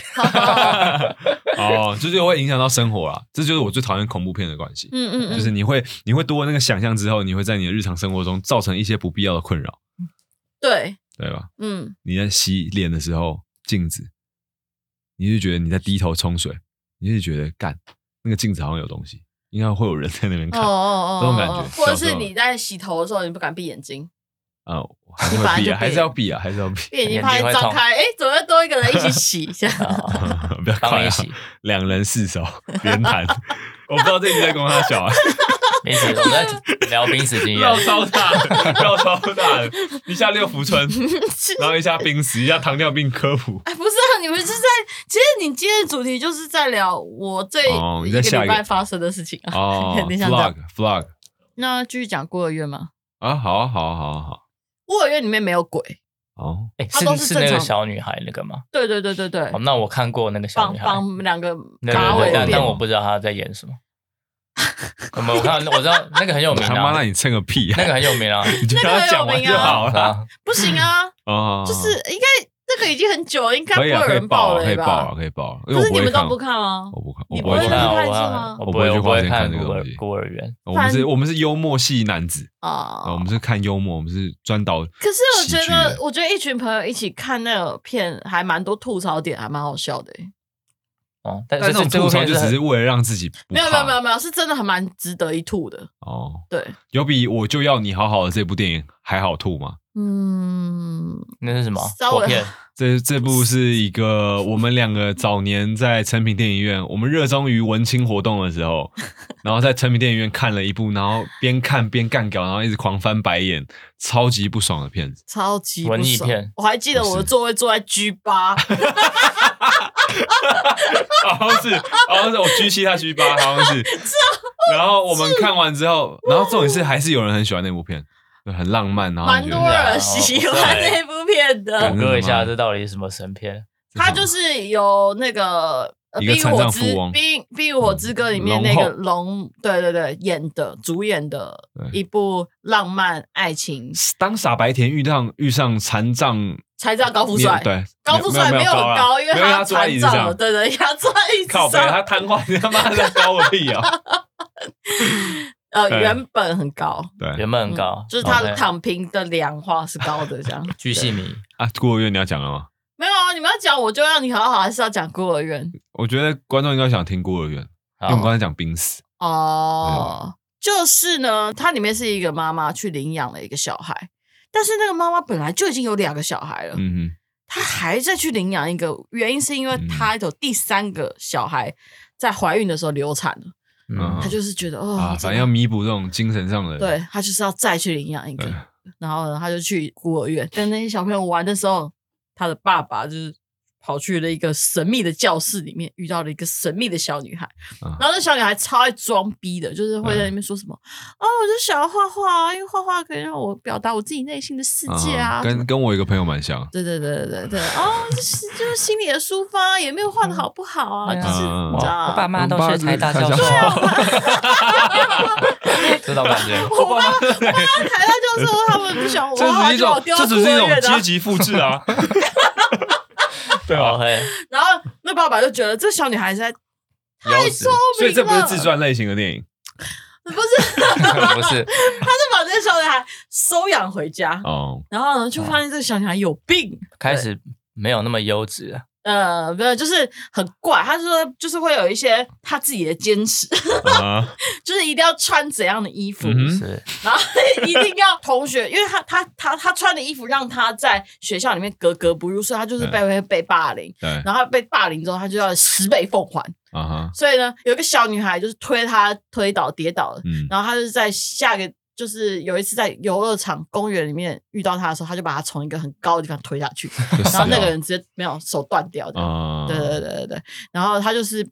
Speaker 1: 哦，就是会影响到生活啦。这就是我最讨厌恐怖片的关系，
Speaker 4: 嗯嗯嗯，
Speaker 1: 就是你会你会多了那个想象之后，你会在你的日常生活中造成一些不必要的困扰，
Speaker 4: 对，
Speaker 1: 对吧？
Speaker 4: 嗯，
Speaker 1: 你在洗脸的时候镜子，你就觉得你在低头冲水，你就觉得干那个镜子好像有东西，应该会有人在那边
Speaker 4: 哦
Speaker 1: 看啊、
Speaker 4: 哦哦，
Speaker 1: 这种感觉
Speaker 4: 哦哦
Speaker 1: 小时
Speaker 4: 或
Speaker 1: 候
Speaker 4: 者是你在洗头的时候，你不敢闭眼睛，
Speaker 1: 我还是
Speaker 4: 你本
Speaker 1: 会避
Speaker 4: 来就被
Speaker 1: 啊，还是要避啊，还是要避，
Speaker 4: 闭眼睛
Speaker 2: 眼睛
Speaker 4: 怕一
Speaker 2: 会
Speaker 4: 张
Speaker 2: 痛
Speaker 4: 开，哎，怎么又多一个人一起洗 一下？
Speaker 1: 不要
Speaker 2: 帮
Speaker 1: 快
Speaker 2: 你
Speaker 1: 啊
Speaker 2: 洗，
Speaker 1: 两人四手连弹，我不知道这一集在攻他小啊，
Speaker 2: 没事，我们在聊濒死经验
Speaker 1: 绕。超大的，绕超大的，一下六福村，然后一下濒死，一下糖尿病科 普。
Speaker 4: 哎哎，不是啊，你们是在，其实你今天的主题就是在聊我这
Speaker 1: 哦
Speaker 4: 一
Speaker 1: 你
Speaker 4: 个
Speaker 1: 在下
Speaker 4: 礼
Speaker 1: 一个
Speaker 4: 拜发生的事情啊。
Speaker 1: 哦
Speaker 4: 肯定像这样
Speaker 1: vlog
Speaker 4: 那继续讲孤儿院吗？
Speaker 1: 啊，好啊好啊好啊好啊
Speaker 4: 孤儿院里面没有鬼，
Speaker 1: 哦，
Speaker 2: 哎，
Speaker 4: 它都
Speaker 2: 是
Speaker 4: 是
Speaker 2: 是
Speaker 4: 正
Speaker 2: 那个
Speaker 4: 常
Speaker 2: 小女孩那个吗？
Speaker 4: 对对对对对
Speaker 2: 哦，，那我看过那个小
Speaker 4: 绑
Speaker 2: 女孩，
Speaker 4: 绑两个
Speaker 2: 那
Speaker 4: 马
Speaker 2: 个
Speaker 4: 尾
Speaker 2: 但但
Speaker 4: 辫，
Speaker 2: 我不知道她在演什么。 我们我看我知道那个很有名
Speaker 1: 他妈，那
Speaker 2: 啊，
Speaker 1: 你蹭个屁啊！
Speaker 2: 那个很有名啊，
Speaker 1: 你就让他讲 完就好
Speaker 2: 是
Speaker 1: 了。
Speaker 2: 啊，
Speaker 4: 不行啊，
Speaker 1: 哦，
Speaker 4: 就是应该这个已经很久了，应该
Speaker 1: 可
Speaker 4: 不会
Speaker 1: 以
Speaker 4: 有
Speaker 1: 啊，可以
Speaker 4: 人
Speaker 1: 爆啊，可
Speaker 4: 雷
Speaker 1: 以爆啊，
Speaker 4: 吧？
Speaker 1: 可以爆啊。因
Speaker 4: 可
Speaker 1: 为
Speaker 4: 是
Speaker 1: 我
Speaker 4: 你们
Speaker 1: 会看
Speaker 4: 都
Speaker 1: 啊
Speaker 4: 不，看吗？
Speaker 1: 我不看，
Speaker 4: 你
Speaker 1: 我
Speaker 4: 不
Speaker 1: 会
Speaker 4: 会
Speaker 1: 看
Speaker 4: 去
Speaker 1: 啊。
Speaker 4: 看是吗
Speaker 2: 我我
Speaker 1: 我不
Speaker 2: 不
Speaker 1: 会
Speaker 2: 会
Speaker 1: 去
Speaker 2: 我不
Speaker 1: 花
Speaker 2: 会
Speaker 1: 钱看
Speaker 2: 看
Speaker 1: 这个
Speaker 2: 孤儿
Speaker 1: 东西
Speaker 2: 孤儿院，
Speaker 1: 我们
Speaker 4: 反
Speaker 1: 哦是，我们是幽默系男子啊，我
Speaker 4: 啊
Speaker 1: 们是看幽默，我们是专导
Speaker 4: 可是我觉
Speaker 1: 喜剧
Speaker 4: 得
Speaker 1: 的，
Speaker 4: 我觉得一群朋友一起看那个片，还蛮多吐槽点，还蛮好笑的欸。
Speaker 2: 哦，但
Speaker 1: 但
Speaker 2: 是
Speaker 1: 那种
Speaker 2: 这
Speaker 1: 吐
Speaker 2: 部
Speaker 1: 槽
Speaker 2: 片
Speaker 1: 就只是为了让自己不
Speaker 4: 没有没有没
Speaker 1: 怕
Speaker 4: 有没有，是真的还蛮值得一吐的。
Speaker 1: 哦。
Speaker 4: 对，
Speaker 1: 有比我就要你好好的这部电影还好吐吗？
Speaker 4: 嗯，
Speaker 2: 那是什么
Speaker 4: 稍微
Speaker 2: 火 片？
Speaker 1: 这这部是一个我们两个早年在成品电影院，我们热衷于文青活动的时候，然后在成品电影院看了一部，然后边看边干掉，然后一直狂翻白眼，超级不爽的片子。
Speaker 4: 超级不
Speaker 2: 文艺
Speaker 4: 爽
Speaker 2: 片
Speaker 4: 我还记得我的座位坐在 G 八，
Speaker 1: 哦好像是，好像是我 G 七他 G 八，好像是。然后我们看完之后，
Speaker 4: 哦
Speaker 1: 然后重点是还是有人很喜欢那部片，对很浪漫，然后
Speaker 4: 蛮
Speaker 1: 觉
Speaker 4: 多
Speaker 1: 得
Speaker 4: 人
Speaker 1: 哦
Speaker 4: 喜欢
Speaker 2: 对
Speaker 4: 那部
Speaker 1: 真
Speaker 4: 片的
Speaker 1: 的
Speaker 2: 我
Speaker 1: 吗。
Speaker 2: 哥一下，这到底是什么神片？
Speaker 1: 啊
Speaker 4: 他就是有那个呃《
Speaker 1: 一个
Speaker 4: 冰与火
Speaker 1: 残
Speaker 4: 之
Speaker 1: 障富翁嗯
Speaker 4: 冰冰与火之歌》里面那个
Speaker 1: 龙
Speaker 4: 龙，对对对，演的主演的
Speaker 1: 对
Speaker 4: 一部浪漫爱情，
Speaker 1: 当傻白甜遇上遇上残障
Speaker 4: 才叫高富
Speaker 1: 你
Speaker 4: 帅。
Speaker 1: 对，
Speaker 4: 高富帅
Speaker 1: 没
Speaker 4: 有
Speaker 1: 有
Speaker 4: 很
Speaker 1: 啦
Speaker 4: 高，因为
Speaker 1: 没有
Speaker 4: 他
Speaker 1: 他坐在椅
Speaker 4: 残
Speaker 1: 子
Speaker 4: 障了，
Speaker 1: 上，
Speaker 4: 对对，他坐在椅子
Speaker 1: 靠背
Speaker 4: 上
Speaker 1: 他，瘫痪，你他妈的高个 屁啊！
Speaker 4: 呃，
Speaker 1: 对
Speaker 4: 原本很高，
Speaker 1: 对
Speaker 2: 原本很高
Speaker 4: 嗯，就是他的
Speaker 2: OK
Speaker 4: 躺平的量化是高的，这样。
Speaker 2: 巨细迷，
Speaker 1: 啊，孤儿院你要讲了吗？
Speaker 4: 没有啊，你们要讲，我就让你好好，还是要讲孤儿院
Speaker 1: 我觉得观众应该想听孤儿院，因
Speaker 2: 好
Speaker 1: 为我们刚才讲濒死，
Speaker 4: 哦。就是呢，它里面是一个妈妈去领养了一个小孩，但是那个妈妈本来就已经有两个小孩了，
Speaker 1: 嗯
Speaker 4: 她还在去领养一个，原因是因为
Speaker 1: 嗯
Speaker 4: 她有第三个小孩在怀孕的时候流产了，
Speaker 1: 嗯
Speaker 4: 她就是觉得哦，
Speaker 1: 哼，啊，
Speaker 4: 真
Speaker 1: 反
Speaker 4: 的
Speaker 1: 正要弥补这种精神上的，
Speaker 4: 对他就是要再去领养一个
Speaker 1: 对，
Speaker 4: 然后呢，他就去孤儿院跟那些小朋友玩的时候，他的爸爸就是跑去了一个神秘的教室里面，遇到了一个神秘的小女孩，
Speaker 1: 啊嗯
Speaker 4: 然后那小女孩超爱装逼的，就是会在那边说什么、哦，我就想要画画啊，因为画画可以让我表达我自己内心的世
Speaker 1: 嗯哼
Speaker 4: 界啊，什么
Speaker 1: 跟跟我一个朋友蛮像，
Speaker 4: 对对对对对对，哦，就是就是心里的抒发，也没有画的好不好啊，
Speaker 2: 嗯
Speaker 4: 就是
Speaker 1: 嗯
Speaker 4: 你知道，
Speaker 2: 妈都是台大教授，这种 感觉。
Speaker 4: 我妈，我妈台大教授他们不喜欢我，
Speaker 1: 这
Speaker 4: 画画
Speaker 1: 只是一
Speaker 4: 就把我
Speaker 1: 种，
Speaker 4: 丢到
Speaker 1: 这
Speaker 4: 孤
Speaker 1: 只是一
Speaker 4: 儿
Speaker 1: 种
Speaker 4: 院的啊
Speaker 1: 阶级复制啊，对啊吧？
Speaker 2: OK，
Speaker 4: 然后那爸爸就觉得这小女孩实在 太
Speaker 2: 优
Speaker 4: 聪
Speaker 1: 所
Speaker 2: 质
Speaker 4: 明了，
Speaker 1: 以这不是自传类型的电影
Speaker 4: 不是，
Speaker 2: 不是
Speaker 4: 他就把这小女孩收养回家，
Speaker 1: 哦，
Speaker 4: 然后呢就发现这个小女孩有病，
Speaker 2: 开始没有那么优质了，
Speaker 4: 呃，没有，就是很怪，他说就是会有一些他自己的坚持，
Speaker 1: 啊，
Speaker 4: 就是一定要穿怎样的衣服，
Speaker 1: 嗯哼
Speaker 2: 是
Speaker 4: 然后 一定要同学，因为他他他他穿的衣服让他在学校里面格格不入，所以他
Speaker 1: 嗯
Speaker 4: 就是被会被霸凌。
Speaker 1: 对
Speaker 4: 然后被霸凌之后，他就要十倍奉还。
Speaker 1: 啊哈，
Speaker 4: 所以呢，有一个小女孩就是推他推倒跌倒了，
Speaker 1: 嗯
Speaker 4: 然后他就是在下个，就是有一次在游乐场公园里面遇到他的时候，他就把他从一个很高的地方推下 去，
Speaker 1: 就死
Speaker 4: 然后那个
Speaker 1: 了
Speaker 4: 人直接没有手断掉的。
Speaker 1: 啊，
Speaker 4: 对对对对对，然后他就是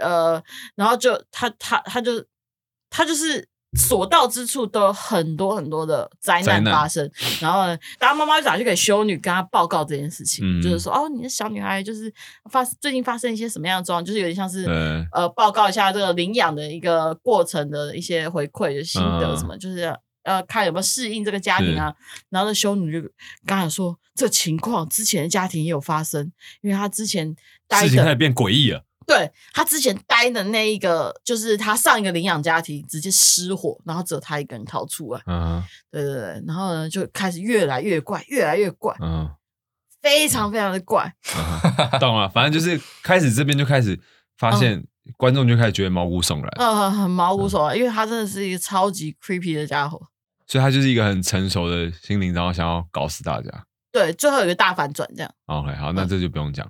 Speaker 4: 呃，然后就他他他就他就是。所到之处都有很多很多的灾
Speaker 1: 灾
Speaker 4: 难
Speaker 1: 难
Speaker 4: 发生，然后呢，大家妈妈就打去给修女跟她报告这件事情，
Speaker 1: 嗯
Speaker 4: 就是说哦，你的小女孩就是发最近发生一些什么样的状况，就是有点像 是
Speaker 1: 对
Speaker 4: 呃报告一下这个领养的一个过程的一些回馈的心得
Speaker 1: 嗯
Speaker 4: 什么，就是呃看有没有适应这个家庭啊。然后那修女就刚才说，这情况之前的家庭也有发生，因为她之前待
Speaker 1: 事情开
Speaker 4: 的
Speaker 1: 始变诡异了。
Speaker 4: 对她之前待的那一个，就是她上一个领养家庭直接失火，然后只有她一个人逃出来。
Speaker 1: 嗯
Speaker 4: 对对对，然后呢就开始越来越怪，越来越怪，
Speaker 1: 嗯，
Speaker 4: 非常非常的怪。
Speaker 1: 嗯 懂了。反正就是开始这边就开始发现，观众就开始觉得毛骨悚然，
Speaker 4: 嗯，很毛骨悚然，因为他真的是一个超级 creepy 的家伙。
Speaker 1: 所以他就是一个很成熟的心灵，然后想要搞死大家。
Speaker 4: 对，最后有一个大反转，这样，
Speaker 1: OK，好，那
Speaker 4: 嗯
Speaker 1: 这就不用讲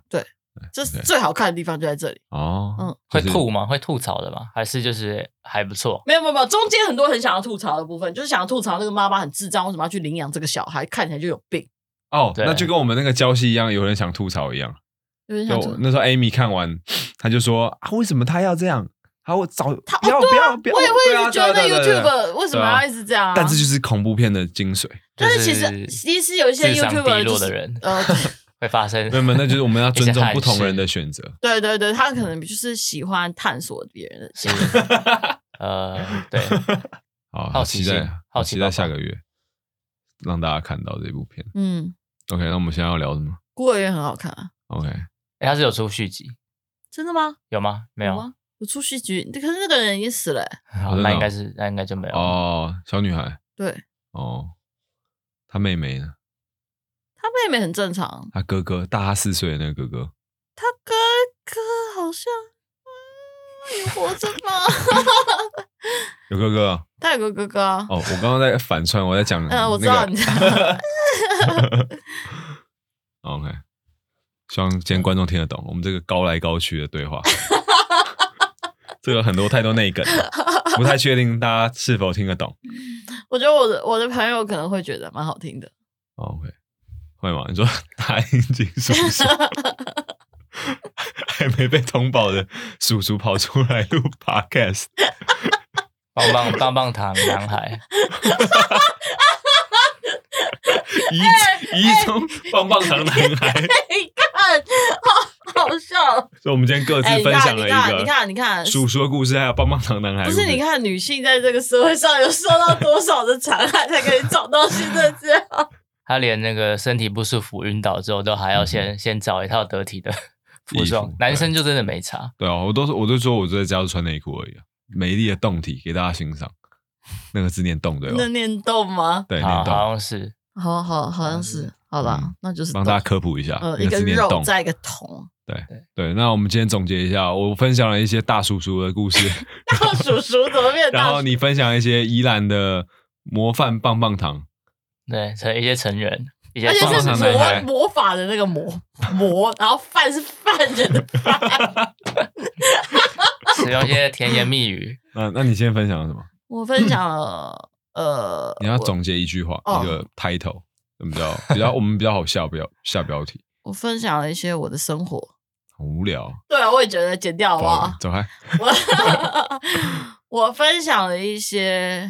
Speaker 4: 这是
Speaker 1: OK
Speaker 4: 最好看的地方就在这里。
Speaker 1: 哦。
Speaker 4: 嗯
Speaker 2: 会
Speaker 1: 就是
Speaker 2: 吐吗？会吐槽的吗？还是就是还不错？
Speaker 4: 没有没有没有，中间很多很想要吐槽的部分，就是想要吐槽那个妈妈很智障，为什么要去领养这个小孩，看起来就有病。
Speaker 1: 哦，
Speaker 2: 对
Speaker 1: 那就跟我们那个礁溪一样，有人想吐槽一样。
Speaker 4: 就是想
Speaker 1: 就
Speaker 4: 吐
Speaker 1: 那时候 Amy 看完，她就说啊，为什么他要这样？他我早
Speaker 4: 他
Speaker 1: 不要
Speaker 4: 哦，
Speaker 1: 不
Speaker 4: 对啊
Speaker 1: 要，不要，
Speaker 4: 我也
Speaker 1: 对
Speaker 4: 会一
Speaker 1: 啊
Speaker 4: 直觉得
Speaker 1: 对啊对啊对啊
Speaker 4: YouTube 为什么要一直这样啊？
Speaker 1: 但这就是恐怖片的精 髓。
Speaker 4: 但是其
Speaker 2: 就
Speaker 4: 实其实有一些
Speaker 2: 智商
Speaker 4: YouTuber
Speaker 2: 低
Speaker 4: 就
Speaker 2: 落
Speaker 4: 是
Speaker 2: 的人
Speaker 4: 呃，
Speaker 2: 会发生。
Speaker 1: 没有，没有那就是我们要尊
Speaker 2: 一些
Speaker 1: 重
Speaker 2: 憾
Speaker 1: 不同
Speaker 2: 事
Speaker 1: 人的选择。
Speaker 4: 对对对，他可能就是喜欢探索别人的
Speaker 2: 是， 呃，对，
Speaker 1: 好，
Speaker 2: 好奇
Speaker 1: 期待
Speaker 2: 心，
Speaker 1: 好
Speaker 2: 好
Speaker 1: 期
Speaker 2: 奇
Speaker 1: 待
Speaker 2: 宝宝
Speaker 1: 下个月让大家看到这部片。
Speaker 4: 嗯，
Speaker 1: OK，那我们现在要聊什么
Speaker 4: 孤儿院很好看啊，
Speaker 1: ？OK，
Speaker 2: 诶他是有出续集
Speaker 4: 真的吗？
Speaker 2: 有吗？没有，
Speaker 4: 吗？有啊出戏剧，可是那个人已经死了欸、
Speaker 2: 好
Speaker 1: 真的
Speaker 2: 那
Speaker 1: 哦
Speaker 2: 应该是那应该就没有。
Speaker 1: 哦，小女孩，
Speaker 4: 对
Speaker 1: 哦，她妹妹呢？
Speaker 4: 他妹妹很正常，
Speaker 1: 她哥哥大她四岁的那个哥哥，
Speaker 4: 他哥哥好像、嗯、有活着吗？
Speaker 1: 有哥哥啊
Speaker 4: 他有个哥哥啊，
Speaker 1: 哦。我刚刚在反串，我在讲那个。
Speaker 4: 嗯，我知道 你
Speaker 1: OK，希望今天观众听得懂我们这个高来高去的对 话。这个很多太多内梗了，不太确定大家是否听得懂。
Speaker 4: 我觉得我的我的朋友可能会觉得蛮好听的，
Speaker 1: 哦 OK，会吗？你说大阴茎叔叔 还没被通报的叔叔跑出来录 Podcast，
Speaker 2: 棒
Speaker 4: 哎
Speaker 2: 棒棒棒糖男孩，
Speaker 1: 一一中棒棒糖男孩。
Speaker 4: 哎你看，好好笑。
Speaker 1: 所以我们今天各自
Speaker 4: 哎，你
Speaker 1: 分
Speaker 4: 看，
Speaker 1: 享
Speaker 4: 你
Speaker 1: 了一
Speaker 4: 看，你
Speaker 1: 个
Speaker 4: 看，你看，
Speaker 1: 叔叔的故事，还有棒棒糖男孩。
Speaker 4: 不是你，看女性在这个社会上有受到多少的残害，才可以找到现在这样？
Speaker 2: 他连那个身体不舒服晕倒之后，都还
Speaker 1: 嗯
Speaker 2: 要先、先找一套得体的服
Speaker 1: 衣
Speaker 2: 装
Speaker 1: 服。
Speaker 2: 男生就真的没差，
Speaker 1: 对啊，我都是我就说我就在家就穿内裤而已、啊，美丽的动体给大家欣赏。那个字念动 对吧？哦
Speaker 4: 那念动吗？
Speaker 1: 对，
Speaker 2: 好
Speaker 1: 念
Speaker 2: 好
Speaker 1: 动，
Speaker 2: 像是
Speaker 4: 好好，好像是，好啦，
Speaker 1: 嗯
Speaker 4: 那就是
Speaker 1: 帮大家
Speaker 4: 动
Speaker 1: 科普一下，
Speaker 4: 呃，
Speaker 1: 那
Speaker 4: 一
Speaker 1: 个
Speaker 4: 个
Speaker 1: 字念
Speaker 4: 肉
Speaker 1: 动。
Speaker 4: 再一个 铜，
Speaker 1: 对，那我们今天总结一下，我分享了一些大叔叔的故事，
Speaker 4: 大叔叔怎么变
Speaker 1: 然
Speaker 4: 大
Speaker 1: 后
Speaker 4: 叔？
Speaker 1: 你分享一些宜兰的模范棒棒糖，
Speaker 2: 对，成一些成人，一些
Speaker 4: 而且
Speaker 2: 棒棒
Speaker 4: 是
Speaker 2: 糖
Speaker 1: 棒
Speaker 2: 男
Speaker 1: 棒
Speaker 2: 孩
Speaker 4: 魔
Speaker 1: 奶奶
Speaker 4: 魔法的那个魔魔，然后犯是犯 人的犯。
Speaker 2: 使用一些甜言 蜜语。
Speaker 1: 那那你先分享了什么？
Speaker 4: 我分享了，呃，
Speaker 1: 你要总结一句话，
Speaker 4: 哦
Speaker 1: 一个 title，比较比较我们比较好下标下标题，
Speaker 4: 我分享了一些我的生活。
Speaker 1: 很无聊，
Speaker 4: 对啊，我也觉得剪掉好不好？
Speaker 1: 走 开，
Speaker 4: 我 我分享了一些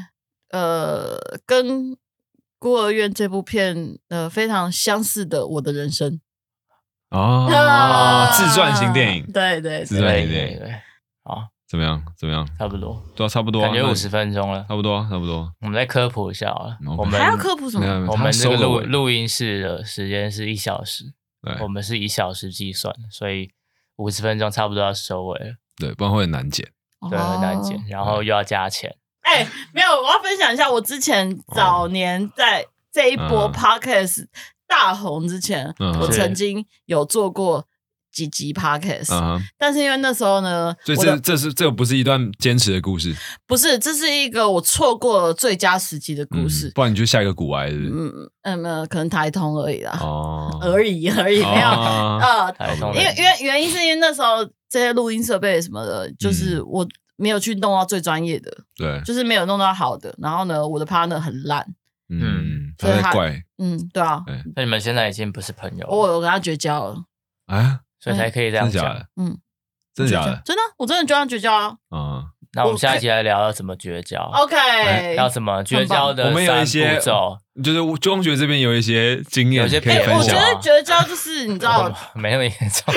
Speaker 4: 呃，跟《孤儿院》这部片呃非常相似的我的人生
Speaker 1: 哦，自传型 电影
Speaker 4: 对对
Speaker 1: 自
Speaker 4: 对，
Speaker 1: 传
Speaker 2: 对
Speaker 1: 型电
Speaker 2: 对
Speaker 1: 影
Speaker 2: 对，好，
Speaker 1: 怎么样？怎么样？
Speaker 2: 差不多，
Speaker 1: 对啊，差不多啊，
Speaker 2: 感觉
Speaker 1: 那
Speaker 2: 五十分钟了。
Speaker 1: 差不多啊，差不多。
Speaker 2: 我们再科普一下好了。
Speaker 1: OK
Speaker 2: 我们
Speaker 4: 还要科普什
Speaker 1: 没有
Speaker 4: 么？
Speaker 1: 没有嗯
Speaker 2: 我
Speaker 1: 他
Speaker 2: 们这个
Speaker 1: 收
Speaker 2: 录
Speaker 1: 尾
Speaker 2: 录音室的时间是一小时，
Speaker 1: 对
Speaker 2: 我们是以小时计算的，所以五十分钟差不多要收尾了，
Speaker 1: 对，不然会很难剪。
Speaker 2: 对，很难剪
Speaker 4: 哦。，
Speaker 2: 然后又要加钱，
Speaker 4: 哎、没有，我要分享一下我之前早年在这一波
Speaker 1: 哦嗯
Speaker 4: podcast 大红之前，
Speaker 1: 嗯
Speaker 4: 我
Speaker 2: 是
Speaker 4: 曾经有做过几集 podcast，、
Speaker 1: 嗯哼，
Speaker 4: 但是因为那时候呢，
Speaker 1: 所以
Speaker 4: 我
Speaker 1: 这
Speaker 4: 的
Speaker 1: 这是这个不是一段坚持的故事，
Speaker 4: 不是，这是一个我错过了最佳时机的故
Speaker 1: 嗯
Speaker 4: 事。
Speaker 1: 不然你就下一个古癌是不是？
Speaker 4: 嗯嗯，没有，可能台通而已啦，
Speaker 1: 哦，
Speaker 4: 而已而已，没有。
Speaker 1: 哦
Speaker 4: 呃，
Speaker 2: 台中
Speaker 4: 因为
Speaker 2: 人
Speaker 4: 因为原因是因为那时候这些录音设备什么的，就是我没有去弄到最专业的，
Speaker 1: 对，
Speaker 4: 就是没有弄到好的。然后呢，我的 partner 很烂，
Speaker 1: 嗯，他
Speaker 4: 所以
Speaker 1: 在
Speaker 4: 他
Speaker 1: 怪
Speaker 4: 嗯，对啊，
Speaker 2: 那你们现在已经不是朋友
Speaker 4: 我
Speaker 2: 了，
Speaker 4: 有跟他绝交了。
Speaker 1: 啊，
Speaker 2: 所以才可以这
Speaker 1: 真
Speaker 2: 样
Speaker 1: 的假
Speaker 2: 讲。
Speaker 1: 的？
Speaker 4: 嗯，
Speaker 1: 真的假
Speaker 4: 绝交
Speaker 1: 的？
Speaker 4: 真的，啊我真的就要绝交啊。
Speaker 1: 啊，
Speaker 2: 那我们下一集来聊要怎么绝交，
Speaker 4: 哦 OK，
Speaker 2: 哦哎
Speaker 4: 哎
Speaker 2: 要怎么绝交
Speaker 1: 我
Speaker 2: 的
Speaker 1: 们有
Speaker 2: 三
Speaker 1: 一些
Speaker 2: 步骤。
Speaker 1: 就是中学这边有一些经验
Speaker 2: 有些
Speaker 1: 可以
Speaker 2: 朋
Speaker 1: 分
Speaker 2: 友
Speaker 4: 我觉
Speaker 1: 享
Speaker 2: 啊哦
Speaker 4: 得绝交就是你 知道，
Speaker 2: 没那么严重。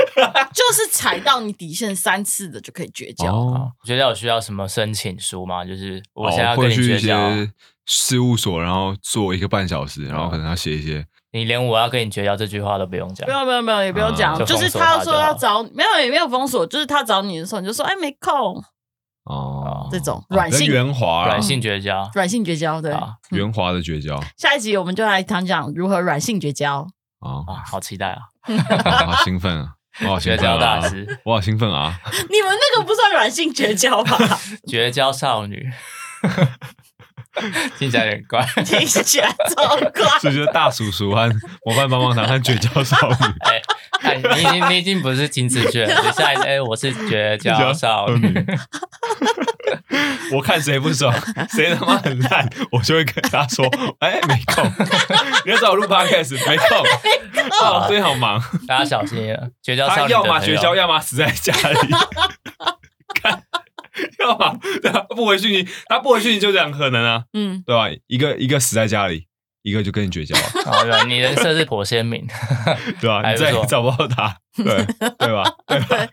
Speaker 4: 就是踩到你底线三次的就可以绝交。
Speaker 1: 哦。
Speaker 2: 绝交有需要什么申请书吗？就是我
Speaker 1: 哦
Speaker 2: 现在要
Speaker 1: 或
Speaker 2: 跟
Speaker 1: 者
Speaker 2: 你
Speaker 1: 去
Speaker 2: 绝
Speaker 1: 一
Speaker 2: 交，哦
Speaker 1: 些事务所，然后做一个半小时，然后可能要写一些
Speaker 2: 你连我要跟你绝交这句话都不用讲
Speaker 4: 不，用不用不用，也不用讲，
Speaker 2: 嗯就
Speaker 4: 就是
Speaker 2: 封锁他
Speaker 4: 他
Speaker 2: 就
Speaker 4: 说要
Speaker 2: 好
Speaker 4: 找，没有也没有封锁，就是他找你的时候，你就说哎没空，
Speaker 1: 哦
Speaker 4: 这种软
Speaker 1: 比
Speaker 4: 性嗯
Speaker 1: 较圆滑啦，
Speaker 2: 软性绝交。
Speaker 4: 软性绝交。对，
Speaker 2: 啊
Speaker 1: 圆滑的绝交
Speaker 4: 下一集我们就来讲讲如何软性绝交。
Speaker 1: 啊
Speaker 2: 啊，好期待啊！
Speaker 1: 好好兴奋啊！我好兴
Speaker 2: 绝
Speaker 1: 奋
Speaker 2: 交大
Speaker 1: 啊！
Speaker 2: 师，
Speaker 1: 我好兴奋啊！
Speaker 4: 你们那个不算软性绝交吧？
Speaker 2: 绝交少女， 听起来有点怪。。
Speaker 4: 听起来超怪。
Speaker 1: 这就是大叔叔和模范棒棒糖和绝交少女
Speaker 2: 哎，哎你已经你已经不是金志炫了，你下一次哎，我是 绝交少女。
Speaker 1: 我看谁不爽，谁他妈很烂，我就会跟他说：“哎、没 空，你要找我录 podcast，没空，哦，最近好忙。
Speaker 2: 大家小心啊！绝”交少
Speaker 1: 他
Speaker 2: 女的
Speaker 1: 要
Speaker 2: 朋
Speaker 1: 么
Speaker 2: 友
Speaker 1: 绝交，要么死在家里。 看，要么他不回讯息，他不回讯息就两可能啊，
Speaker 4: 嗯，
Speaker 1: 对吧？一个一个死在家里，一个就跟你绝交啊了，
Speaker 2: 哦对你人设是颇鲜明，
Speaker 1: 对吧？
Speaker 2: 还
Speaker 1: 你
Speaker 2: 不
Speaker 1: 再也
Speaker 2: 错
Speaker 1: 找不到他，对对吧？对吧？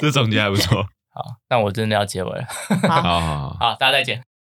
Speaker 1: 这总结还不错。
Speaker 2: 那我真的要结尾了。
Speaker 1: 好好好。
Speaker 2: 好，大家再见。